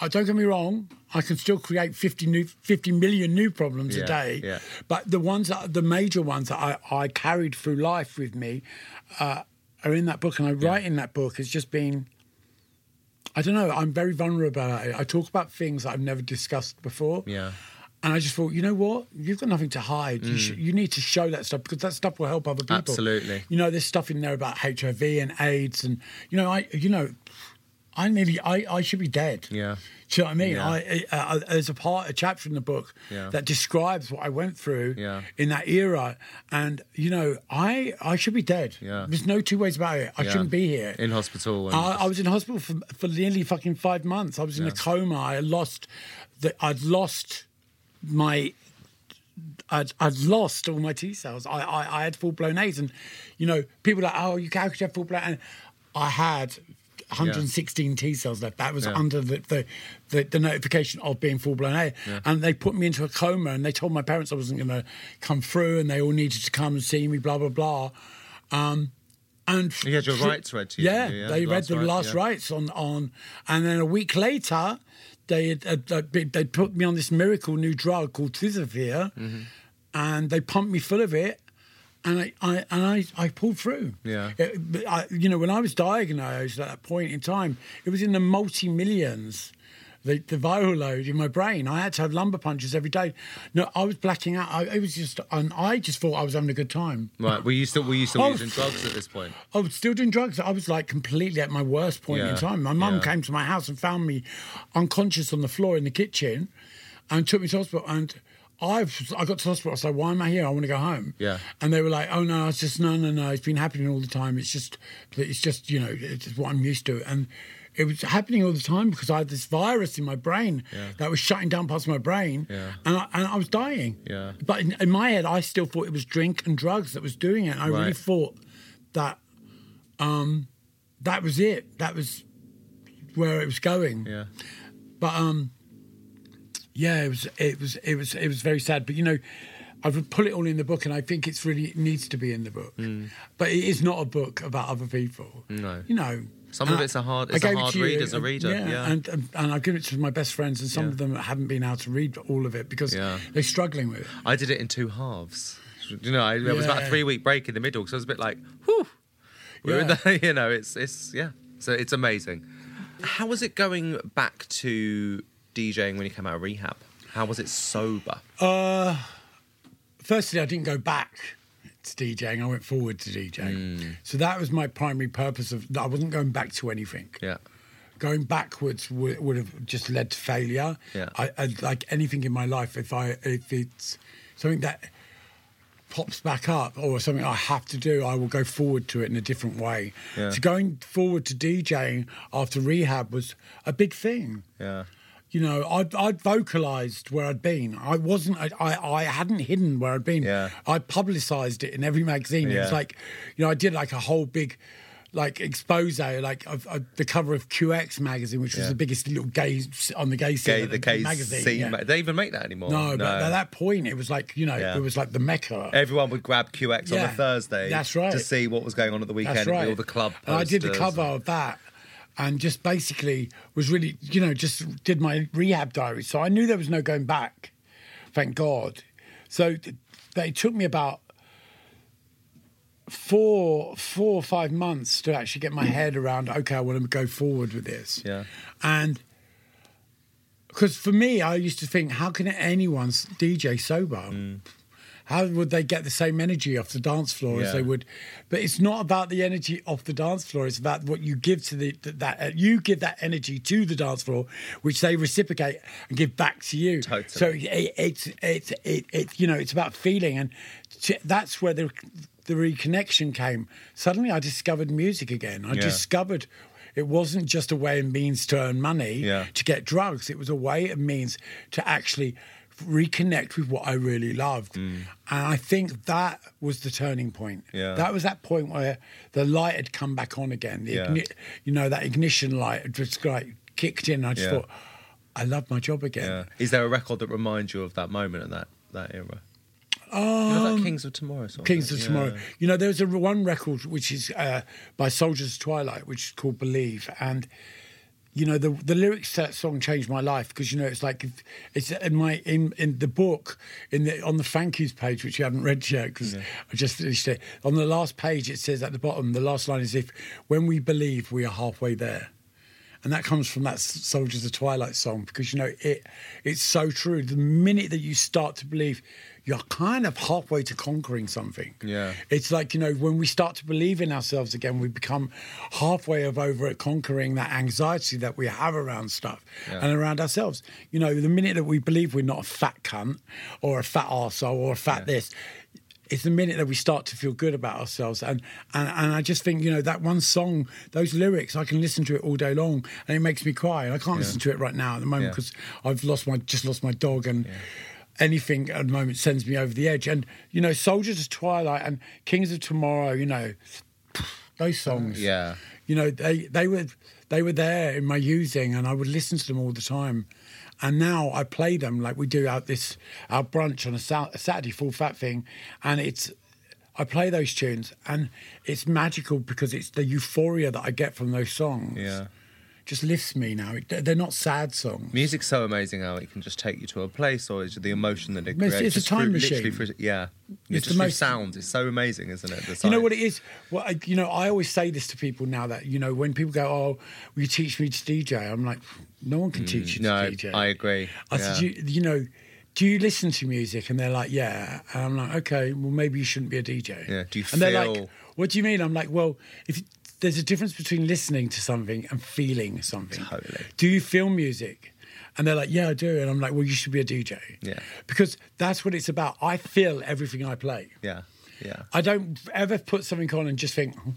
[SPEAKER 2] I don't get me wrong, I can still create 50 new 50 million new problems
[SPEAKER 1] Yeah,
[SPEAKER 2] a day.
[SPEAKER 1] yeah.
[SPEAKER 2] But the ones that the major ones that I, I carried through life with me uh, are in that book and I write in that book. It's just been I don't know, I'm very vulnerable about it. I talk about things that I've never discussed before.
[SPEAKER 1] Yeah. Mm.
[SPEAKER 2] And I just thought, you know what? You've got nothing to hide. You, should, you need to show that stuff because that stuff will help other people.
[SPEAKER 1] Absolutely.
[SPEAKER 2] You know, there's stuff in there about HIV and AIDS, and you know, I, you know, I nearly, I, I should be dead.
[SPEAKER 1] Yeah.
[SPEAKER 2] Do you know what I mean?
[SPEAKER 1] Yeah.
[SPEAKER 2] I, I, I, there's a part, a chapter in the book
[SPEAKER 1] Yeah.
[SPEAKER 2] that describes what I went through
[SPEAKER 1] Yeah.
[SPEAKER 2] in that era, and you know, I, I should be dead.
[SPEAKER 1] Yeah.
[SPEAKER 2] There's no two ways about it. I
[SPEAKER 1] Yeah.
[SPEAKER 2] shouldn't be here.
[SPEAKER 1] in hospital. And
[SPEAKER 2] I, I was in hospital for, for nearly fucking five months. I was in a coma. I lost, the, I'd lost my, I'd, I'd lost all my T cells. I, I, I had full blown AIDS, and you know, people are like, oh, you how could you have full blown? And I had. 116 T cells left. That was
[SPEAKER 1] Yeah.
[SPEAKER 2] under the, the, the, the notification of being full blown A. And they put me into a coma and they told my parents I wasn't going to come through and they all needed to come and see me, blah, blah, blah. Um, and
[SPEAKER 1] You had your rights read to you,
[SPEAKER 2] yeah,
[SPEAKER 1] didn't you? Yeah,
[SPEAKER 2] they
[SPEAKER 1] the
[SPEAKER 2] read
[SPEAKER 1] last
[SPEAKER 2] the
[SPEAKER 1] right-
[SPEAKER 2] last
[SPEAKER 1] yeah.
[SPEAKER 2] rights on on, and then a week later, they had- had- had been- they put me on this miracle new drug called Tizavir,
[SPEAKER 1] Mm-hmm.
[SPEAKER 2] and they pumped me full of it, and I, I and I, I pulled through.
[SPEAKER 1] Yeah.
[SPEAKER 2] It- but I, you know, when I was diagnosed at that point in time, it was in the multi millions. The, the viral load in my brain. I had to have lumbar punches every day. No, I was blacking out. I, it was just, and I just thought I was having a good time.
[SPEAKER 1] right. Were you still were you still
[SPEAKER 2] Oh.
[SPEAKER 1] using drugs at this point?
[SPEAKER 2] I was still doing drugs. I was like completely at my worst point
[SPEAKER 1] Yeah,
[SPEAKER 2] in time. My mum
[SPEAKER 1] yeah.
[SPEAKER 2] came to my house and found me unconscious on the floor in the kitchen and took me to hospital. And I was- I got to hospital. I was like, why am I here? I want to go home.
[SPEAKER 1] Yeah.
[SPEAKER 2] And they were like, oh no, it's just, no, no, no. It's been happening all the time. It's just, it's just, you know, it's just what I'm used to. And it was happening all the time because I had this virus in my brain that was shutting down parts of my brain,
[SPEAKER 1] Yeah.
[SPEAKER 2] and, I, and I was dying.
[SPEAKER 1] Yeah.
[SPEAKER 2] But in, in my head, I still thought it was drink and drugs that was doing it. And I really
[SPEAKER 1] Right.
[SPEAKER 2] thought that um, that was it. That was where it was going.
[SPEAKER 1] Yeah.
[SPEAKER 2] But um, yeah, it was it was it was it was very sad. But you know, I would put it all in the book, and I think it's really it needs to be in the book. But it is not a book about other people.
[SPEAKER 1] Hmm. No.
[SPEAKER 2] you know.
[SPEAKER 1] Some
[SPEAKER 2] and
[SPEAKER 1] of
[SPEAKER 2] I-
[SPEAKER 1] it's a hard-
[SPEAKER 2] I
[SPEAKER 1] it's a
[SPEAKER 2] gave it
[SPEAKER 1] hard
[SPEAKER 2] to you,
[SPEAKER 1] read as a
[SPEAKER 2] uh,
[SPEAKER 1] reader, yeah.
[SPEAKER 2] and and, and I've given it to my best friends, and some
[SPEAKER 1] Yeah.
[SPEAKER 2] of them haven't been able to read all of it because
[SPEAKER 1] Yeah.
[SPEAKER 2] they're struggling with it.
[SPEAKER 1] I did it in two halves. You know, I, there was about
[SPEAKER 2] Yeah.
[SPEAKER 1] a three week break in the middle because I was a bit like, whew. We were
[SPEAKER 2] Yeah.
[SPEAKER 1] there, <laughs> you know, it's, it's, yeah. So it's amazing. How was it going back to DJing when you came out of rehab? How was it sober?
[SPEAKER 2] Oh. firstly, I didn't go back to DJing. I went forward to DJing.
[SPEAKER 1] Mm.
[SPEAKER 2] So that was my primary purpose of. I wasn't going back to anything.
[SPEAKER 1] Yeah.
[SPEAKER 2] Going backwards would, would have just led to failure.
[SPEAKER 1] Yeah.
[SPEAKER 2] I, I like anything in my life. If I if it's something that pops back up or something I have to do, I will go forward to it in a different way.
[SPEAKER 1] Yeah.
[SPEAKER 2] So going forward to DJing after rehab was a big thing
[SPEAKER 1] Yeah.
[SPEAKER 2] you know, I'd, I'd vocalized where I'd been. I wasn't, I, I, I hadn't hidden where I'd been.
[SPEAKER 1] Yeah.
[SPEAKER 2] I publicized it in every magazine. It was
[SPEAKER 1] Yeah.
[SPEAKER 2] like, you know, I did like a whole big, like expose, like of, of the cover of QX magazine, which was
[SPEAKER 1] Yeah.
[SPEAKER 2] the biggest little gay s- on the gay scene.
[SPEAKER 1] Gay,
[SPEAKER 2] at
[SPEAKER 1] the case
[SPEAKER 2] magazine.
[SPEAKER 1] scene.
[SPEAKER 2] yeah.
[SPEAKER 1] ma- They even make that anymore.
[SPEAKER 2] no, but at that point, it was like, you know,
[SPEAKER 1] Yeah.
[SPEAKER 2] it was like the mecca.
[SPEAKER 1] Everyone would grab QX on
[SPEAKER 2] Yeah.
[SPEAKER 1] a Thursday.
[SPEAKER 2] That's right.
[SPEAKER 1] To see what was going on at the weekend.
[SPEAKER 2] That's right.
[SPEAKER 1] All the club.
[SPEAKER 2] And I did the
[SPEAKER 1] posters
[SPEAKER 2] cover
[SPEAKER 1] and-
[SPEAKER 2] of that, and just basically was really, you know, just did my rehab diary. So I knew there was no going back. Thank God. So th- they took me about four, four or five months to actually get my head around. Okay, I want to go forward with this.
[SPEAKER 1] Yeah.
[SPEAKER 2] And because for me, I used to think, how can anyone s- DJ sober? How would they get the same energy off the dance floor as
[SPEAKER 1] Yeah.
[SPEAKER 2] they would? But it's not about the energy off the dance floor. It's about what you give to the th- that uh, you give that energy to the dance floor, which they reciprocate and give back to you.
[SPEAKER 1] Totally.
[SPEAKER 2] So it, it's it's it, it you know it's about feeling, and t- that's where the the reconnection came. Suddenly, I discovered music again. I
[SPEAKER 1] Yeah.
[SPEAKER 2] discovered. It wasn't just a way and means to earn money
[SPEAKER 1] Yeah.
[SPEAKER 2] to get drugs. It was a way and means to actually reconnect with what I really loved. And I think that was the turning point.
[SPEAKER 1] Mm. Yeah.
[SPEAKER 2] That was that point where the light had come back on again. The
[SPEAKER 1] Yeah.
[SPEAKER 2] igni- you know, that ignition light had just like kicked in. I just
[SPEAKER 1] Yeah.
[SPEAKER 2] thought, I love my job again.
[SPEAKER 1] Yeah. Is there a record that reminds you of that moment and that that era? Oh, that Kings of Tomorrow song.
[SPEAKER 2] Um, Kings of
[SPEAKER 1] Yeah.
[SPEAKER 2] Tomorrow. You know, there's a one record which is uh, by Soldiers of Twilight, which is called Believe, and you know the the lyrics to that song changed my life because you know it's like if- it's in my in in the book in the on the thank yous page which you haven't read yet because I just finished it. On the last page, it says at the bottom, the last line is if when we believe we are halfway there. And that comes from that S- Soldiers of Twilight song because you know it it's so true. The minute that you start to believe, you're kind of halfway to conquering something.
[SPEAKER 1] Yeah.
[SPEAKER 2] It's like, you know, when we start to believe in ourselves again, we become halfway of over at conquering that anxiety that we have around stuff and around ourselves. You know, the minute that we believe we're not a fat cunt or a fat arsehole or a fat this, it's the minute that we start to feel good about ourselves. And, and, and I just think, you know, that one song, those lyrics, I can listen to it all day long and it makes me cry. And I can't listen to it right now at the moment
[SPEAKER 1] Yeah.
[SPEAKER 2] because I've lost my, just lost my dog and anything at the moment sends me over the edge. And, you know, Soldiers of Twilight and Kings of Tomorrow, you know, those songs.
[SPEAKER 1] Yeah.
[SPEAKER 2] You know, they, they were they were there in my using and I would listen to them all the time. And now I play them like we do out this our brunch on a, Sa- a Saturday full fat thing and it's I play those tunes and it's magical because it's the euphoria that I get from those songs.
[SPEAKER 1] Yeah.
[SPEAKER 2] Just lifts me now. It, they're not sad songs.
[SPEAKER 1] Music's so amazing how it can just take you to a place, or is the emotion that it
[SPEAKER 2] It's-
[SPEAKER 1] creates.
[SPEAKER 2] it's a
[SPEAKER 1] just
[SPEAKER 2] time
[SPEAKER 1] through- literally
[SPEAKER 2] machine.
[SPEAKER 1] through- yeah, it's
[SPEAKER 2] the
[SPEAKER 1] just through
[SPEAKER 2] most-
[SPEAKER 1] sound. It's so amazing, isn't it? The
[SPEAKER 2] You know
[SPEAKER 1] science.
[SPEAKER 2] what it is? Well, I, you know, I always say this to people now that you know when people go, "Oh, will you teach me to DJ?" I'm like, "No one can teach you
[SPEAKER 1] Mm, No,
[SPEAKER 2] to DJ."
[SPEAKER 1] I agree.
[SPEAKER 2] I said,
[SPEAKER 1] Yeah.
[SPEAKER 2] you, "You know, do you listen to music?" And they're like, "Yeah." And I'm like, "Okay, well, maybe you shouldn't be a DJ."
[SPEAKER 1] Yeah, do you
[SPEAKER 2] And they're like,
[SPEAKER 1] feel-
[SPEAKER 2] "What do you mean?" I'm like, "Well, if there's a difference between listening to something and feeling something.
[SPEAKER 1] Totally.
[SPEAKER 2] Do you feel music?" And they're like, "Yeah, I do." And I'm like, "Well, you should be a DJ."
[SPEAKER 1] Yeah.
[SPEAKER 2] Because that's what it's about. I feel everything I play.
[SPEAKER 1] Yeah, yeah.
[SPEAKER 2] I don't ever put something on and just think, "Oh,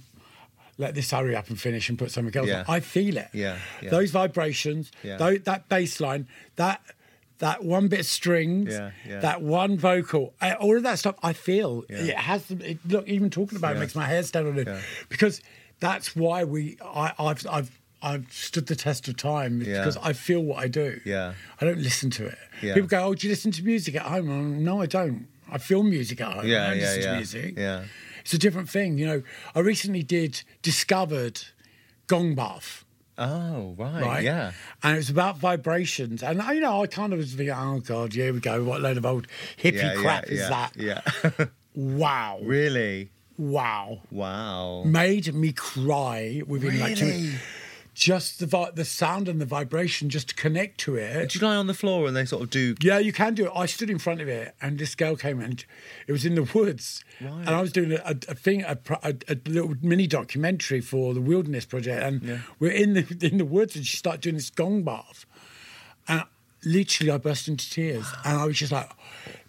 [SPEAKER 2] let this hurry up and finish and put something else.
[SPEAKER 1] Yeah.
[SPEAKER 2] on. I feel it.
[SPEAKER 1] Yeah, yeah.
[SPEAKER 2] Those vibrations,
[SPEAKER 1] Yeah.
[SPEAKER 2] tho- that bass line, that that one bit of strings,
[SPEAKER 1] Yeah, yeah.
[SPEAKER 2] that one vocal, I- all of that stuff. I feel
[SPEAKER 1] Yeah.
[SPEAKER 2] it has. It, look, even talking about it
[SPEAKER 1] Yeah.
[SPEAKER 2] makes my hair stand on end
[SPEAKER 1] Yeah.
[SPEAKER 2] because that's why we. I, I've I've I've stood the test of time
[SPEAKER 1] Yeah.
[SPEAKER 2] because I feel what I do.
[SPEAKER 1] Yeah.
[SPEAKER 2] I don't listen to it.
[SPEAKER 1] Yeah.
[SPEAKER 2] People go, "Oh, do you listen to music at home?" I'm, no, I don't. I feel music at home. I
[SPEAKER 1] Yeah,
[SPEAKER 2] don't
[SPEAKER 1] yeah,
[SPEAKER 2] listen to
[SPEAKER 1] yeah.
[SPEAKER 2] music.
[SPEAKER 1] Yeah.
[SPEAKER 2] It's a different thing, you know. I recently did discovered gong bath,
[SPEAKER 1] Oh, right.
[SPEAKER 2] right?
[SPEAKER 1] Yeah.
[SPEAKER 2] And it was about vibrations, and I- you know, I kind of was thinking, "Oh God, here we go. What load of old hippie
[SPEAKER 1] Yeah, yeah,
[SPEAKER 2] crap is
[SPEAKER 1] yeah,
[SPEAKER 2] that?"
[SPEAKER 1] Yeah. <laughs>
[SPEAKER 2] Wow,
[SPEAKER 1] really?
[SPEAKER 2] wow.
[SPEAKER 1] Wow.
[SPEAKER 2] Made me cry within like two. Just the vi- the sound and the vibration, just to connect to it.
[SPEAKER 1] Do you lie on the floor and they sort of do?
[SPEAKER 2] Yeah, you can do it. I stood in front of it, and this girl came, and it was in the woods, and I was doing a, a thing, a, pro- a, a little mini documentary for the Wilderness Project, and we're in the <laughs> in the woods, and she started doing this gong bath, and literally I burst
[SPEAKER 1] <gasps>
[SPEAKER 2] into tears, and I was just like,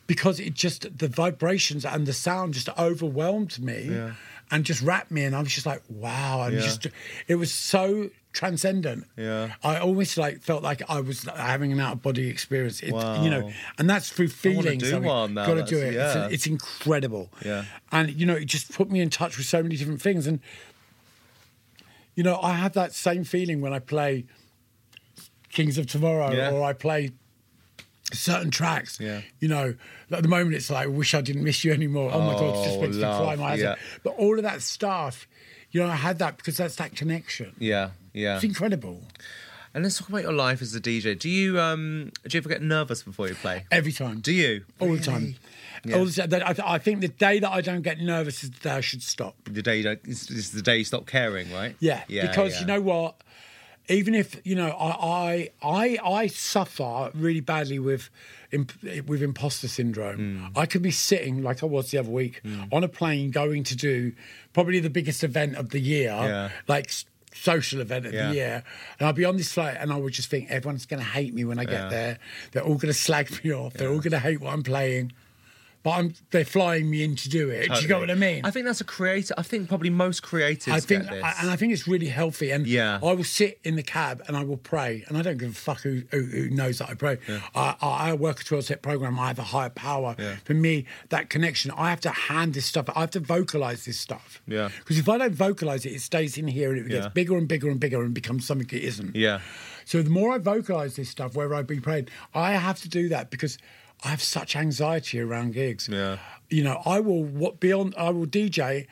[SPEAKER 2] because it just the vibrations and the sound just overwhelmed me, and just wrapped me, and I was just like, wow, and
[SPEAKER 1] Yeah.
[SPEAKER 2] just it was so transcendent.
[SPEAKER 1] Yeah.
[SPEAKER 2] I almost like felt like I was having an out of body experience. It, You know,
[SPEAKER 1] Wow.
[SPEAKER 2] and that's through
[SPEAKER 1] wanna
[SPEAKER 2] feelings.
[SPEAKER 1] do one now,
[SPEAKER 2] Got to do it.
[SPEAKER 1] that's-
[SPEAKER 2] It's,
[SPEAKER 1] yeah.
[SPEAKER 2] it's incredible.
[SPEAKER 1] Yeah.
[SPEAKER 2] And you know, it just put me in touch with so many different things. And you know, I have that same feeling when I play Kings of Tomorrow
[SPEAKER 1] Yeah.
[SPEAKER 2] or I play certain tracks.
[SPEAKER 1] Yeah.
[SPEAKER 2] You know, at the moment it's like, I wish I didn't miss you anymore. Oh, my God, it just
[SPEAKER 1] Oh,
[SPEAKER 2] makes
[SPEAKER 1] love,
[SPEAKER 2] me cry my eyes out.
[SPEAKER 1] yeah.
[SPEAKER 2] But all of that stuff, you know, I had that because that's that connection.
[SPEAKER 1] Yeah. Yeah.
[SPEAKER 2] It's incredible.
[SPEAKER 1] And let's talk about your life as a DJ. Do you um do you ever get nervous before you play?
[SPEAKER 2] Every time.
[SPEAKER 1] Do you?
[SPEAKER 2] All the time. All the time. That- I, I think the day that I don't get nervous is the day I should stop.
[SPEAKER 1] The day you don't. This this is the day you stop caring, right?
[SPEAKER 2] Yeah, because
[SPEAKER 1] yeah.
[SPEAKER 2] you know what? Even if you know, I I I, I suffer really badly with imp- with imposter syndrome. I could be sitting like I was the other week on a plane going to do probably the biggest event of the year,
[SPEAKER 1] Yeah.
[SPEAKER 2] like s- social event of
[SPEAKER 1] Yeah.
[SPEAKER 2] the year, and I'll be on this flight and I would just think everyone's going to hate me when I get there. They're all going to slag me off. They're all going to hate what I'm playing. But I'm, they're flying me in to do it. Do you get what I mean?
[SPEAKER 1] I think that's a creator. I think probably most creatives
[SPEAKER 2] I think,
[SPEAKER 1] get this.
[SPEAKER 2] I, and I think it's really healthy. And
[SPEAKER 1] Yeah.
[SPEAKER 2] I will sit in the cab and I will pray, and I don't give a fuck who, who, who knows that I pray. I, I, I work a twelve-step program. I have a higher power. For me, that connection, I have to hand this stuff. I have to vocalize this stuff.
[SPEAKER 1] Yeah.
[SPEAKER 2] Because if I don't vocalize it, it stays in here and it gets
[SPEAKER 1] Yeah.
[SPEAKER 2] bigger and bigger and bigger and becomes something it isn't.
[SPEAKER 1] yeah.
[SPEAKER 2] So the more I vocalize this stuff, where I've been praying, I have to do that because I have such anxiety around gigs.
[SPEAKER 1] Yeah.
[SPEAKER 2] You know, I will what beyond I will DJ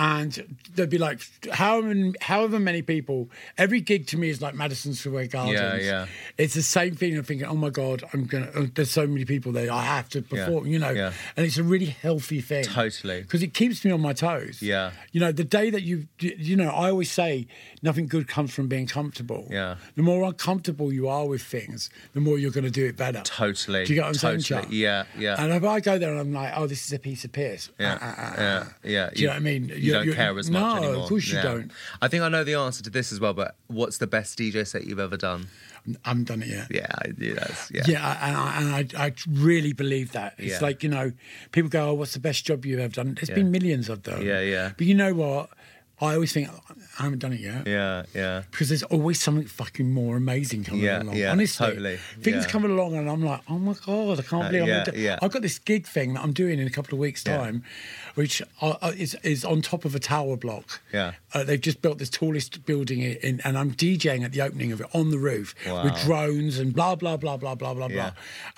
[SPEAKER 2] and they'd be like however, however many people every gig to me is like Madison Square Gardens.
[SPEAKER 1] Yeah, yeah.
[SPEAKER 2] It's the same feeling of thinking, oh my God, I'm gonna oh, there's so many people there, I have to perform, you know.
[SPEAKER 1] yeah.
[SPEAKER 2] And it's a really healthy thing.
[SPEAKER 1] Totally.
[SPEAKER 2] Because it keeps me on my toes.
[SPEAKER 1] Yeah.
[SPEAKER 2] You know, the day that you you know, I always say nothing good comes from being comfortable.
[SPEAKER 1] Yeah.
[SPEAKER 2] The more uncomfortable you are with things, the more you're going to do it better.
[SPEAKER 1] Totally.
[SPEAKER 2] Do you get what I'm saying,
[SPEAKER 1] Totally.
[SPEAKER 2] Chuck?
[SPEAKER 1] Yeah, yeah.
[SPEAKER 2] And if I go there and I'm like, oh, this is a piece of piss.
[SPEAKER 1] Yeah,
[SPEAKER 2] ah, ah, ah,
[SPEAKER 1] yeah,
[SPEAKER 2] ah.
[SPEAKER 1] yeah.
[SPEAKER 2] Do you know what I mean?
[SPEAKER 1] You,
[SPEAKER 2] You're-
[SPEAKER 1] don't
[SPEAKER 2] you're-
[SPEAKER 1] care as much
[SPEAKER 2] no,
[SPEAKER 1] anymore.
[SPEAKER 2] of course you
[SPEAKER 1] Yeah.
[SPEAKER 2] don't.
[SPEAKER 1] I think I know the answer to this as well, but what's the best DJ set you've ever done?
[SPEAKER 2] I haven't done it yet.
[SPEAKER 1] Yeah, I- yeah, that's, yeah.
[SPEAKER 2] Yeah, and I, and I, I really believe that. It's
[SPEAKER 1] Yeah.
[SPEAKER 2] like, you know, people go, oh, what's the best job you've ever done? There's been millions of them.
[SPEAKER 1] Yeah, yeah.
[SPEAKER 2] But you know what? I always think, I haven't done it yet.
[SPEAKER 1] Yeah, yeah.
[SPEAKER 2] Because there's always something fucking more amazing coming
[SPEAKER 1] Yeah,
[SPEAKER 2] along.
[SPEAKER 1] yeah,
[SPEAKER 2] Honestly,
[SPEAKER 1] totally,
[SPEAKER 2] things
[SPEAKER 1] yeah.
[SPEAKER 2] come along, and I'm like, oh my god, I can't
[SPEAKER 1] Uh,
[SPEAKER 2] believe I'm
[SPEAKER 1] yeah,
[SPEAKER 2] gonna do-
[SPEAKER 1] yeah.
[SPEAKER 2] I've got this gig thing that I'm doing in a couple of weeks'
[SPEAKER 1] Yeah.
[SPEAKER 2] time, which uh, uh, is is on top of a tower block.
[SPEAKER 1] Yeah.
[SPEAKER 2] uh, they've just built this tallest building in, in, and I'm DJing at the opening of it on the roof with
[SPEAKER 1] Wow.
[SPEAKER 2] drones and blah blah blah blah blah blah
[SPEAKER 1] Yeah.
[SPEAKER 2] blah.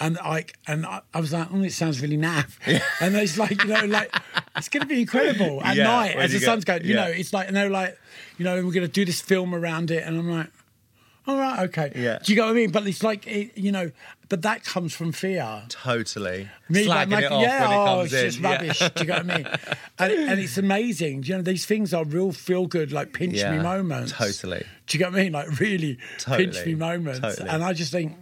[SPEAKER 2] And I and I, I was like, oh, it sounds really naff. and it's like, you
[SPEAKER 1] <laughs>
[SPEAKER 2] know, like it's gonna be incredible at
[SPEAKER 1] Yeah,
[SPEAKER 2] night
[SPEAKER 1] when
[SPEAKER 2] as
[SPEAKER 1] you
[SPEAKER 2] the
[SPEAKER 1] go-
[SPEAKER 2] sun's going. You
[SPEAKER 1] yeah.
[SPEAKER 2] know, it's like, and they're like, you know, we're going to do this film around it. And I'm like, all right, okay.
[SPEAKER 1] Yeah.
[SPEAKER 2] Do you get what I mean? But it's like, it, you know, but that comes from fear.
[SPEAKER 1] Totally.
[SPEAKER 2] Me,
[SPEAKER 1] Slagging
[SPEAKER 2] like,
[SPEAKER 1] it off
[SPEAKER 2] yeah,
[SPEAKER 1] when it
[SPEAKER 2] oh,
[SPEAKER 1] comes
[SPEAKER 2] it's
[SPEAKER 1] in.
[SPEAKER 2] just
[SPEAKER 1] yeah. <laughs>
[SPEAKER 2] rubbish. Do you get what I mean? And, and it's amazing. You know, these things are real feel good, like pinch
[SPEAKER 1] Yeah,
[SPEAKER 2] me moments.
[SPEAKER 1] totally.
[SPEAKER 2] Do you get what I mean? Like really pinch
[SPEAKER 1] Totally,
[SPEAKER 2] me moments.
[SPEAKER 1] totally.
[SPEAKER 2] And I just think,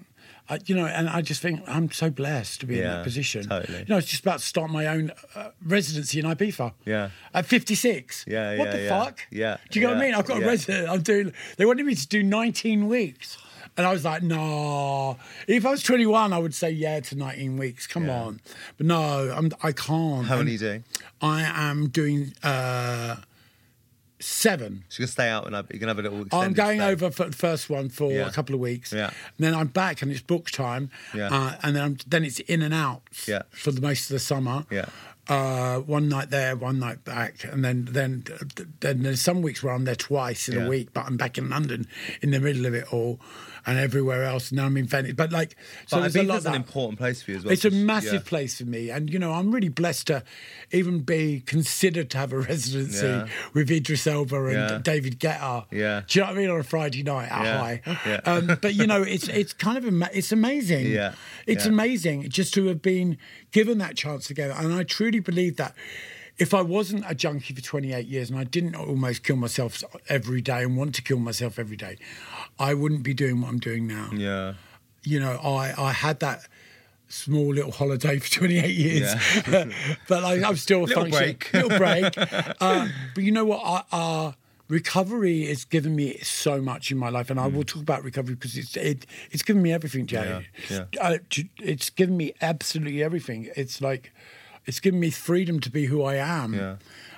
[SPEAKER 2] I, you know, and I just think I'm so blessed to be in
[SPEAKER 1] Yeah,
[SPEAKER 2] that position.
[SPEAKER 1] totally.
[SPEAKER 2] You know, I was just about to start my own uh, residency in Ibiza.
[SPEAKER 1] Yeah.
[SPEAKER 2] At 56.
[SPEAKER 1] Yeah,
[SPEAKER 2] What
[SPEAKER 1] yeah,
[SPEAKER 2] the
[SPEAKER 1] yeah.
[SPEAKER 2] fuck?
[SPEAKER 1] Yeah,
[SPEAKER 2] Do you get what
[SPEAKER 1] yeah,
[SPEAKER 2] I mean? I've got
[SPEAKER 1] yeah.
[SPEAKER 2] a resident. I'm doing. They wanted me to do 19 weeks. And I was like, no. If I was 21, I would say yeah to 19 weeks. Come on. But no, I'm, I can't.
[SPEAKER 1] How
[SPEAKER 2] And
[SPEAKER 1] many do?
[SPEAKER 2] I am doing uh, seven.
[SPEAKER 1] She's gonna stay out, and I- you can have a little.
[SPEAKER 2] I'm
[SPEAKER 1] extended
[SPEAKER 2] going
[SPEAKER 1] stay.
[SPEAKER 2] over for the first one for
[SPEAKER 1] Yeah.
[SPEAKER 2] a couple of weeks.
[SPEAKER 1] Yeah.
[SPEAKER 2] And then I'm back and it's book time.
[SPEAKER 1] Yeah.
[SPEAKER 2] Uh, and then I'm, then it's in and out
[SPEAKER 1] Yeah.
[SPEAKER 2] for the most of the summer.
[SPEAKER 1] Yeah.
[SPEAKER 2] Uh, one night there, one night back, and then then then there's some weeks where I'm there twice in
[SPEAKER 1] Yeah.
[SPEAKER 2] a week, but I'm back in London in the middle of it all, and everywhere else. Now I'm in Venice, but like so
[SPEAKER 1] But
[SPEAKER 2] there's a lot
[SPEAKER 1] Ibiza's
[SPEAKER 2] of
[SPEAKER 1] an
[SPEAKER 2] that.
[SPEAKER 1] important place for you as well.
[SPEAKER 2] It's a
[SPEAKER 1] because-
[SPEAKER 2] massive
[SPEAKER 1] yeah.
[SPEAKER 2] place for me, and you know I'm really blessed to even be considered to have a <laughs> residency
[SPEAKER 1] Yeah.
[SPEAKER 2] with Idris Elba and
[SPEAKER 1] Yeah.
[SPEAKER 2] David Guetta.
[SPEAKER 1] Yeah.
[SPEAKER 2] do you know what I mean on a Friday night at
[SPEAKER 1] Yeah.
[SPEAKER 2] High?
[SPEAKER 1] Yeah.
[SPEAKER 2] <laughs> Um, but you know it's it's kind of ama- it's amazing.
[SPEAKER 1] Yeah.
[SPEAKER 2] it's
[SPEAKER 1] Yeah.
[SPEAKER 2] amazing just to have been given that chance to go, and I truly believe that. If I wasn't a junkie for 28 years and I didn't almost kill myself every day and want to kill myself every day, I wouldn't be doing what I'm doing now
[SPEAKER 1] Yeah.
[SPEAKER 2] you know, I, I had that small little holiday <laughs> for 28 years, <laughs> but I, I'm still
[SPEAKER 1] Little
[SPEAKER 2] functioning.
[SPEAKER 1] break.
[SPEAKER 2] <laughs>
[SPEAKER 1] <laughs>
[SPEAKER 2] little break. Uh, but you know what? I, uh, recovery has given me so much in my life, and I will talk about recovery because it's it, it's given me everything, Jay.
[SPEAKER 1] Mm. Yeah,
[SPEAKER 2] Uh, j- it's given me absolutely everything. It's like it's given me freedom to be who I am.
[SPEAKER 1] Yeah.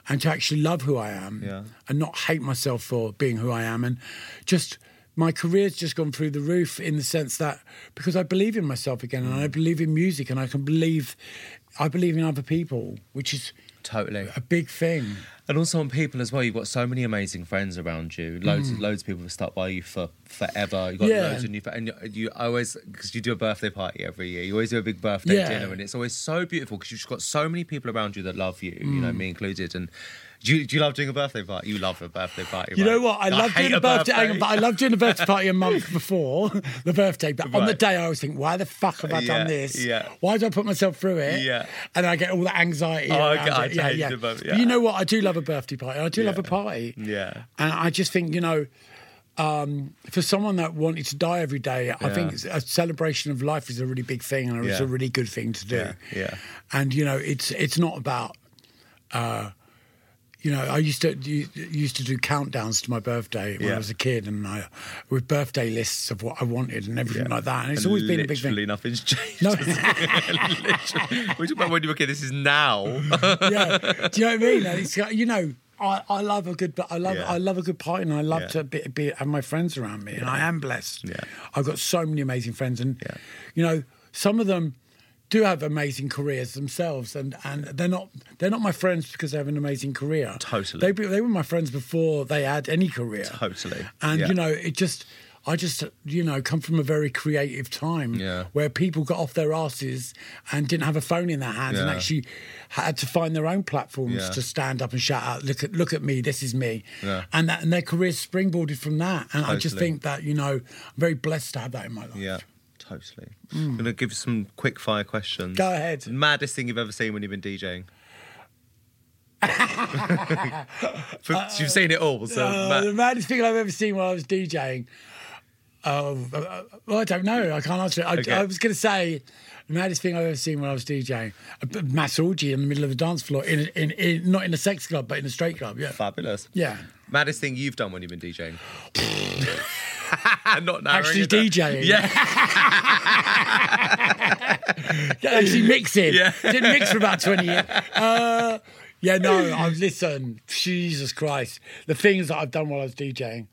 [SPEAKER 2] And to actually love who I am
[SPEAKER 1] Yeah.
[SPEAKER 2] and not hate myself for being who I am. And just my career's just gone through the roof in the sense that because I believe in myself again and I
[SPEAKER 1] Mm.
[SPEAKER 2] believe in music and I can believe, I believe in other people, which is
[SPEAKER 1] Totally.
[SPEAKER 2] a big thing.
[SPEAKER 1] And also on people as well, you've got so many amazing friends around you. Loads, loads of people have stuck by you for forever. You've got
[SPEAKER 2] Mm. Yeah.
[SPEAKER 1] loads of new, and you, you always because you do a birthday party every year. You always do a big birthday
[SPEAKER 2] Yeah.
[SPEAKER 1] dinner, and it's always so beautiful because you've just got so many people around you that love you. You
[SPEAKER 2] Mm.
[SPEAKER 1] know, me included. And do you, do you love doing a birthday party? You love a birthday party.
[SPEAKER 2] You
[SPEAKER 1] right?
[SPEAKER 2] know what? I love
[SPEAKER 1] hate
[SPEAKER 2] doing a birthday, hang on, but I love doing a birthday
[SPEAKER 1] <laughs>
[SPEAKER 2] party a month before the birthday. But on the
[SPEAKER 1] Right.
[SPEAKER 2] day, I always think, why the fuck have I
[SPEAKER 1] Yeah,
[SPEAKER 2] done this?
[SPEAKER 1] yeah.
[SPEAKER 2] Why did I put myself through it?
[SPEAKER 1] Yeah.
[SPEAKER 2] And I get all the anxiety.
[SPEAKER 1] Oh,
[SPEAKER 2] around
[SPEAKER 1] I get- I
[SPEAKER 2] it. yeah,
[SPEAKER 1] hate
[SPEAKER 2] yeah.
[SPEAKER 1] the birth-
[SPEAKER 2] But you
[SPEAKER 1] yeah.
[SPEAKER 2] know what? I do love a birthday party. I do love a
[SPEAKER 1] Yeah.
[SPEAKER 2] party.
[SPEAKER 1] Yeah.
[SPEAKER 2] And I just think, you know, um, for someone that wanted to die every day, I
[SPEAKER 1] Yeah.
[SPEAKER 2] think it's- a celebration of life is a really big thing and it's
[SPEAKER 1] Yeah.
[SPEAKER 2] a really good thing to do.
[SPEAKER 1] Yeah, yeah.
[SPEAKER 2] And, you know, it's it's not about uh, you know, I used to you- used to do countdowns to my birthday when
[SPEAKER 1] Yeah.
[SPEAKER 2] I was a kid, and I with birthday lists of what I wanted and everything like that. And it's
[SPEAKER 1] And
[SPEAKER 2] always been a big thing.
[SPEAKER 1] Literally nothing's changed. <laughs>
[SPEAKER 2] No.
[SPEAKER 1] Literally. We talk about when you were a kid. This is
[SPEAKER 2] <laughs>
[SPEAKER 1] now.
[SPEAKER 2] yeah, do you know what I mean? And It's got- you know, I, I love a good, I love
[SPEAKER 1] Yeah.
[SPEAKER 2] I love a good party, and I love
[SPEAKER 1] Yeah.
[SPEAKER 2] to be, be have my friends around me, and I am blessed.
[SPEAKER 1] Yeah.
[SPEAKER 2] I've got so many amazing friends, and
[SPEAKER 1] Yeah.
[SPEAKER 2] you know, some of them do have amazing careers themselves, and, and they're not they're not my friends because they have an amazing career.
[SPEAKER 1] Totally.
[SPEAKER 2] they be- they were my friends before they had any career.
[SPEAKER 1] Totally.
[SPEAKER 2] and
[SPEAKER 1] Yeah.
[SPEAKER 2] you know, it just. I just, you know, come from a very creative time
[SPEAKER 1] Yeah.
[SPEAKER 2] where people got off their asses and didn't have a phone in their hands and
[SPEAKER 1] Yeah.
[SPEAKER 2] actually had to find their own platforms
[SPEAKER 1] Yeah.
[SPEAKER 2] to stand up and shout out, look at look at me, this is me,
[SPEAKER 1] Yeah.
[SPEAKER 2] and that and their careers springboarded from that. And I just
[SPEAKER 1] Totally.
[SPEAKER 2] think that you know, I'm very blessed to have that in my life.
[SPEAKER 1] Yeah, totally.
[SPEAKER 2] Mm.
[SPEAKER 1] I'm going to give you some quick fire questions.
[SPEAKER 2] Go ahead.
[SPEAKER 1] Maddest thing you've ever seen when you've been
[SPEAKER 2] <laughs>
[SPEAKER 1] DJing? For- you've seen it all, so
[SPEAKER 2] Uh,
[SPEAKER 1] ma-
[SPEAKER 2] the maddest thing I've ever seen while I was DJing. Oh, uh, uh, well, I don't know. I can't answer it. I,
[SPEAKER 1] Okay.
[SPEAKER 2] I was going to say the maddest thing I've ever seen when I was DJing a b- mass orgy in the middle of a dance floor, in, in, in not in a sex club, but in a straight club. Yeah,
[SPEAKER 1] fabulous.
[SPEAKER 2] yeah.
[SPEAKER 1] Maddest thing you've done when you've been DJing? <laughs> Not now.
[SPEAKER 2] Actually, DJing.
[SPEAKER 1] Yeah,
[SPEAKER 2] Yeah, <laughs> actually mixing.
[SPEAKER 1] Yeah.
[SPEAKER 2] Didn't mix for about 20 years. Uh, yeah, no, I've listen, Jesus Christ. The things that I've done while I was DJing.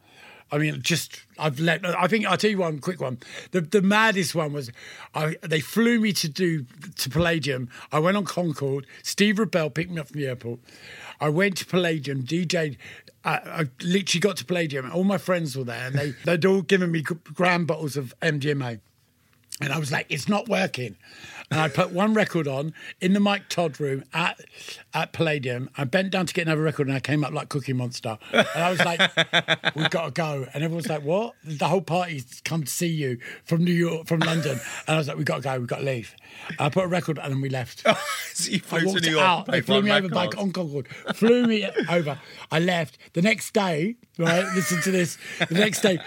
[SPEAKER 2] I mean, just I've let. I think I'll tell you one quick one. The the maddest one was, I they flew me to do to Palladium. I went on Concord. Steve Rebell picked me up from the airport. I went to Palladium, DJed. I, I literally got to Palladium. and All my friends were there, and they they'd all given me grand bottles of MDMA. And I was like, it's not working. And I put one record on in the Mike Todd room at at Palladium. I bent down to get another record and I came up like Cookie Monster. And I was like, we've got to go. And everyone's like, what? The whole party's come to see you from New York, from London. And I was like, we've got to go, we've got to leave. And I put a record and then we left.
[SPEAKER 1] <laughs> So you flew
[SPEAKER 2] I
[SPEAKER 1] to
[SPEAKER 2] walked
[SPEAKER 1] New York.
[SPEAKER 2] out. They
[SPEAKER 1] played
[SPEAKER 2] flew
[SPEAKER 1] one
[SPEAKER 2] me over
[SPEAKER 1] record.
[SPEAKER 2] by on Concord. Flew me <laughs> over. I left. The next day, right? Listen to this. The next day,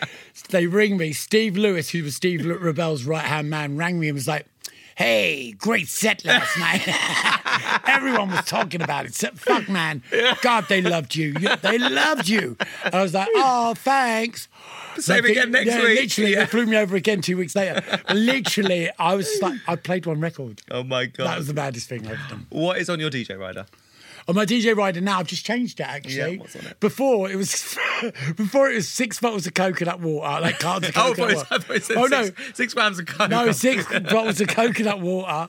[SPEAKER 2] they ring me. Steve Lewis, who was Steve Lu- Rebell's right hand man, rang me and was like, "Hey, great set last <laughs> night. Everyone was talking about it. So, fuck, man. God, they loved you. You- They loved you." And I was like, "Oh, thanks."
[SPEAKER 1] Same
[SPEAKER 2] Like,
[SPEAKER 1] again next
[SPEAKER 2] yeah,
[SPEAKER 1] week.
[SPEAKER 2] Literally,
[SPEAKER 1] Yeah.
[SPEAKER 2] they flew me over again two weeks later. literally, I was just like, I played one record.
[SPEAKER 1] Oh my
[SPEAKER 2] That
[SPEAKER 1] god!
[SPEAKER 2] was the baddest thing I've done. <laughs>
[SPEAKER 1] What is on your DJ rider?
[SPEAKER 2] On Oh, my DJ rider now, I've just changed it actually.
[SPEAKER 1] Yeah, what's on it?
[SPEAKER 2] Before it was <laughs> before it was six bottles of coconut water, like cans
[SPEAKER 1] <laughs>
[SPEAKER 2] of
[SPEAKER 1] Oh, I
[SPEAKER 2] coconut
[SPEAKER 1] thought it-
[SPEAKER 2] water.
[SPEAKER 1] I thought it said
[SPEAKER 2] oh
[SPEAKER 1] six,
[SPEAKER 2] no,
[SPEAKER 1] six grams of coke.
[SPEAKER 2] no,
[SPEAKER 1] <laughs>
[SPEAKER 2] six bottles of coconut water,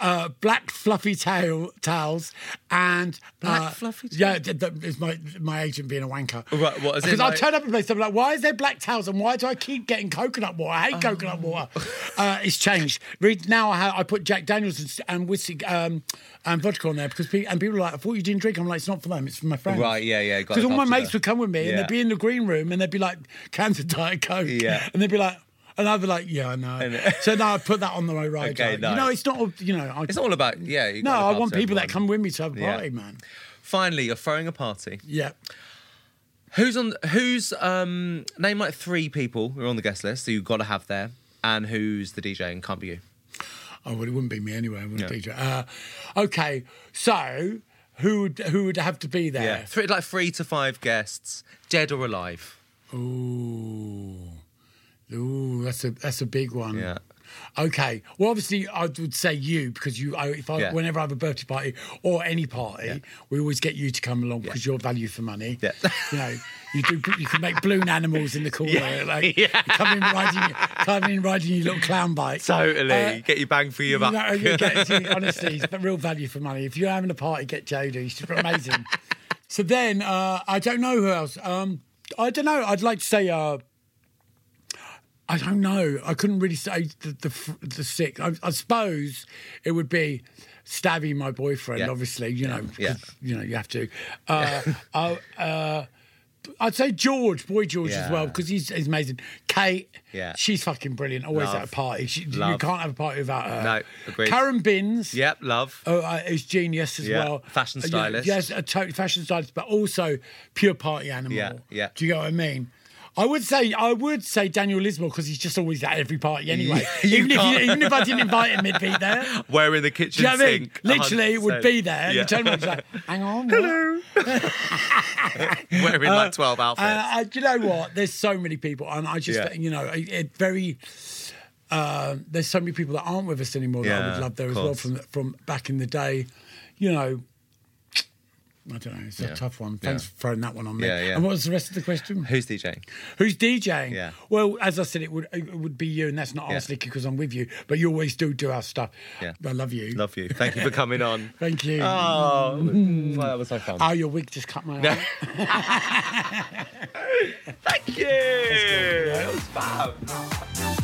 [SPEAKER 2] uh, black fluffy tail towels, and
[SPEAKER 1] Black
[SPEAKER 2] uh,
[SPEAKER 1] fluffy towels?
[SPEAKER 2] Yeah, th- th- it's my my agent being a wanker.
[SPEAKER 1] Right, what, as in,
[SPEAKER 2] Because I'll
[SPEAKER 1] like-
[SPEAKER 2] turn up and place. I'm like, why is there black towels and why do I keep getting coconut water? I hate coconut
[SPEAKER 1] Oh.
[SPEAKER 2] water. Uh, it's changed. Re- Now I, have, I put Jack Daniels and, s- and whiskey um, and vodka on there because pe- and people are like, I thought you didn't drink. I'm like, it's not for them. It's for my friends.
[SPEAKER 1] Right, yeah, yeah, got
[SPEAKER 2] Because
[SPEAKER 1] it
[SPEAKER 2] all my
[SPEAKER 1] after
[SPEAKER 2] mates
[SPEAKER 1] that.
[SPEAKER 2] would come with me and
[SPEAKER 1] Yeah.
[SPEAKER 2] they'd be in the green room and they'd be like, cans of diet coke.
[SPEAKER 1] Yeah.
[SPEAKER 2] And they'd be like. And I'd be like, yeah, I know. so now I put that on the my rider.
[SPEAKER 1] <laughs> Okay,
[SPEAKER 2] You know,
[SPEAKER 1] nice.
[SPEAKER 2] it's not, all- you know, I,
[SPEAKER 1] It's all about yeah. you
[SPEAKER 2] no,
[SPEAKER 1] gotta
[SPEAKER 2] I
[SPEAKER 1] look
[SPEAKER 2] want
[SPEAKER 1] after
[SPEAKER 2] people that
[SPEAKER 1] everyone.
[SPEAKER 2] come with me to have a
[SPEAKER 1] Yeah.
[SPEAKER 2] party, man.
[SPEAKER 1] Finally, you're throwing a party.
[SPEAKER 2] Yeah.
[SPEAKER 1] Who's on? Who's um? Name like three people who are on the guest list who you've got to have there, and who's the DJ and can't be you.
[SPEAKER 2] Oh well, it wouldn't be me anyway. I wouldn't DJ. Uh, okay, so who would who would have to be
[SPEAKER 1] Yeah,
[SPEAKER 2] there?
[SPEAKER 1] three like three to five guests, dead or alive.
[SPEAKER 2] Ooh, ooh, that's a that's a big one.
[SPEAKER 1] Yeah.
[SPEAKER 2] Okay. Well, obviously, I would say you because you. I, if I,
[SPEAKER 1] Yeah.
[SPEAKER 2] whenever I have a birthday party or any party, we always get you to come along because you're value for money.
[SPEAKER 1] Yeah.
[SPEAKER 2] <laughs> You know, you do. You can make balloon animals in the
[SPEAKER 1] <laughs>
[SPEAKER 2] corner. Like, yeah. Come in riding. Come in riding your little clown bike.
[SPEAKER 1] Totally,
[SPEAKER 2] Uh,
[SPEAKER 1] get your bang for your
[SPEAKER 2] No,
[SPEAKER 1] buck. <laughs>
[SPEAKER 2] you get, you- honestly, it's the real value for money. If you're having a party, get Jodie. She's amazing.
[SPEAKER 1] <laughs>
[SPEAKER 2] so then, uh, I don't know who else. Um, I don't know. I'd like to say, uh, I don't know. I couldn't really say the the, f- the six. I, I suppose it would be Stabby, my boyfriend.
[SPEAKER 1] Yeah.
[SPEAKER 2] Obviously, you know, 'cause,
[SPEAKER 1] Yeah.
[SPEAKER 2] you know, you have to. Uh,
[SPEAKER 1] <laughs>
[SPEAKER 2] I, uh, I'd say George, boy George as well,
[SPEAKER 1] Yeah.
[SPEAKER 2] because he's, he's amazing. Kate,
[SPEAKER 1] Yeah.
[SPEAKER 2] she's fucking brilliant. Always
[SPEAKER 1] Love.
[SPEAKER 2] at a party. She, you
[SPEAKER 1] Love.
[SPEAKER 2] can't have a party without her.
[SPEAKER 1] No, agreed.
[SPEAKER 2] Uh, Karen Binns.
[SPEAKER 1] Yep, love.
[SPEAKER 2] Oh, uh, is genius as
[SPEAKER 1] Yeah,
[SPEAKER 2] well.
[SPEAKER 1] fashion
[SPEAKER 2] Uh, yeah,
[SPEAKER 1] stylist.
[SPEAKER 2] yes, a totally fashion stylist, but also pure party animal.
[SPEAKER 1] Yeah, yeah.
[SPEAKER 2] Do you know what I mean? I would say I would say Daniel Lismore because he's just always at every party anyway.
[SPEAKER 1] Yeah, <laughs> you
[SPEAKER 2] even if
[SPEAKER 1] can't.
[SPEAKER 2] you, even if I didn't invite him, he'd be
[SPEAKER 1] <laughs>
[SPEAKER 2] there.
[SPEAKER 1] We're in the
[SPEAKER 2] Do
[SPEAKER 1] kitchen
[SPEAKER 2] you know what I mean?
[SPEAKER 1] sink.
[SPEAKER 2] Literally, it would
[SPEAKER 1] 100%.
[SPEAKER 2] be there. You
[SPEAKER 1] Yeah.
[SPEAKER 2] turn around and say, "Hang on, hello."
[SPEAKER 1] <laughs> We're in like twelve outfits.
[SPEAKER 2] Uh, uh, do you know what? There's so many people, and I just
[SPEAKER 1] Yeah.
[SPEAKER 2] you know it, it very. Um, there's so many people that aren't with us anymore that I
[SPEAKER 1] Yeah,
[SPEAKER 2] would love there
[SPEAKER 1] of
[SPEAKER 2] as well
[SPEAKER 1] course.
[SPEAKER 2] from from back in the day, you know. I don't know. It's a tough one. Thanks for throwing that one on me.
[SPEAKER 1] Yeah, yeah.
[SPEAKER 2] And what was the rest of the question?
[SPEAKER 1] Who's DJing?
[SPEAKER 2] Who's DJing?
[SPEAKER 1] Yeah.
[SPEAKER 2] Well, as I said, it would it would be you, and that's not arsenic because I'm with you. But you always do do our stuff.
[SPEAKER 1] Yeah.
[SPEAKER 2] I love you.
[SPEAKER 1] Love you. Thank you for coming
[SPEAKER 2] <laughs>
[SPEAKER 1] on.
[SPEAKER 2] Thank you.
[SPEAKER 1] Oh, that was so fun.
[SPEAKER 2] oh, your wig just cut my eye.
[SPEAKER 1] Thank you. That was fab.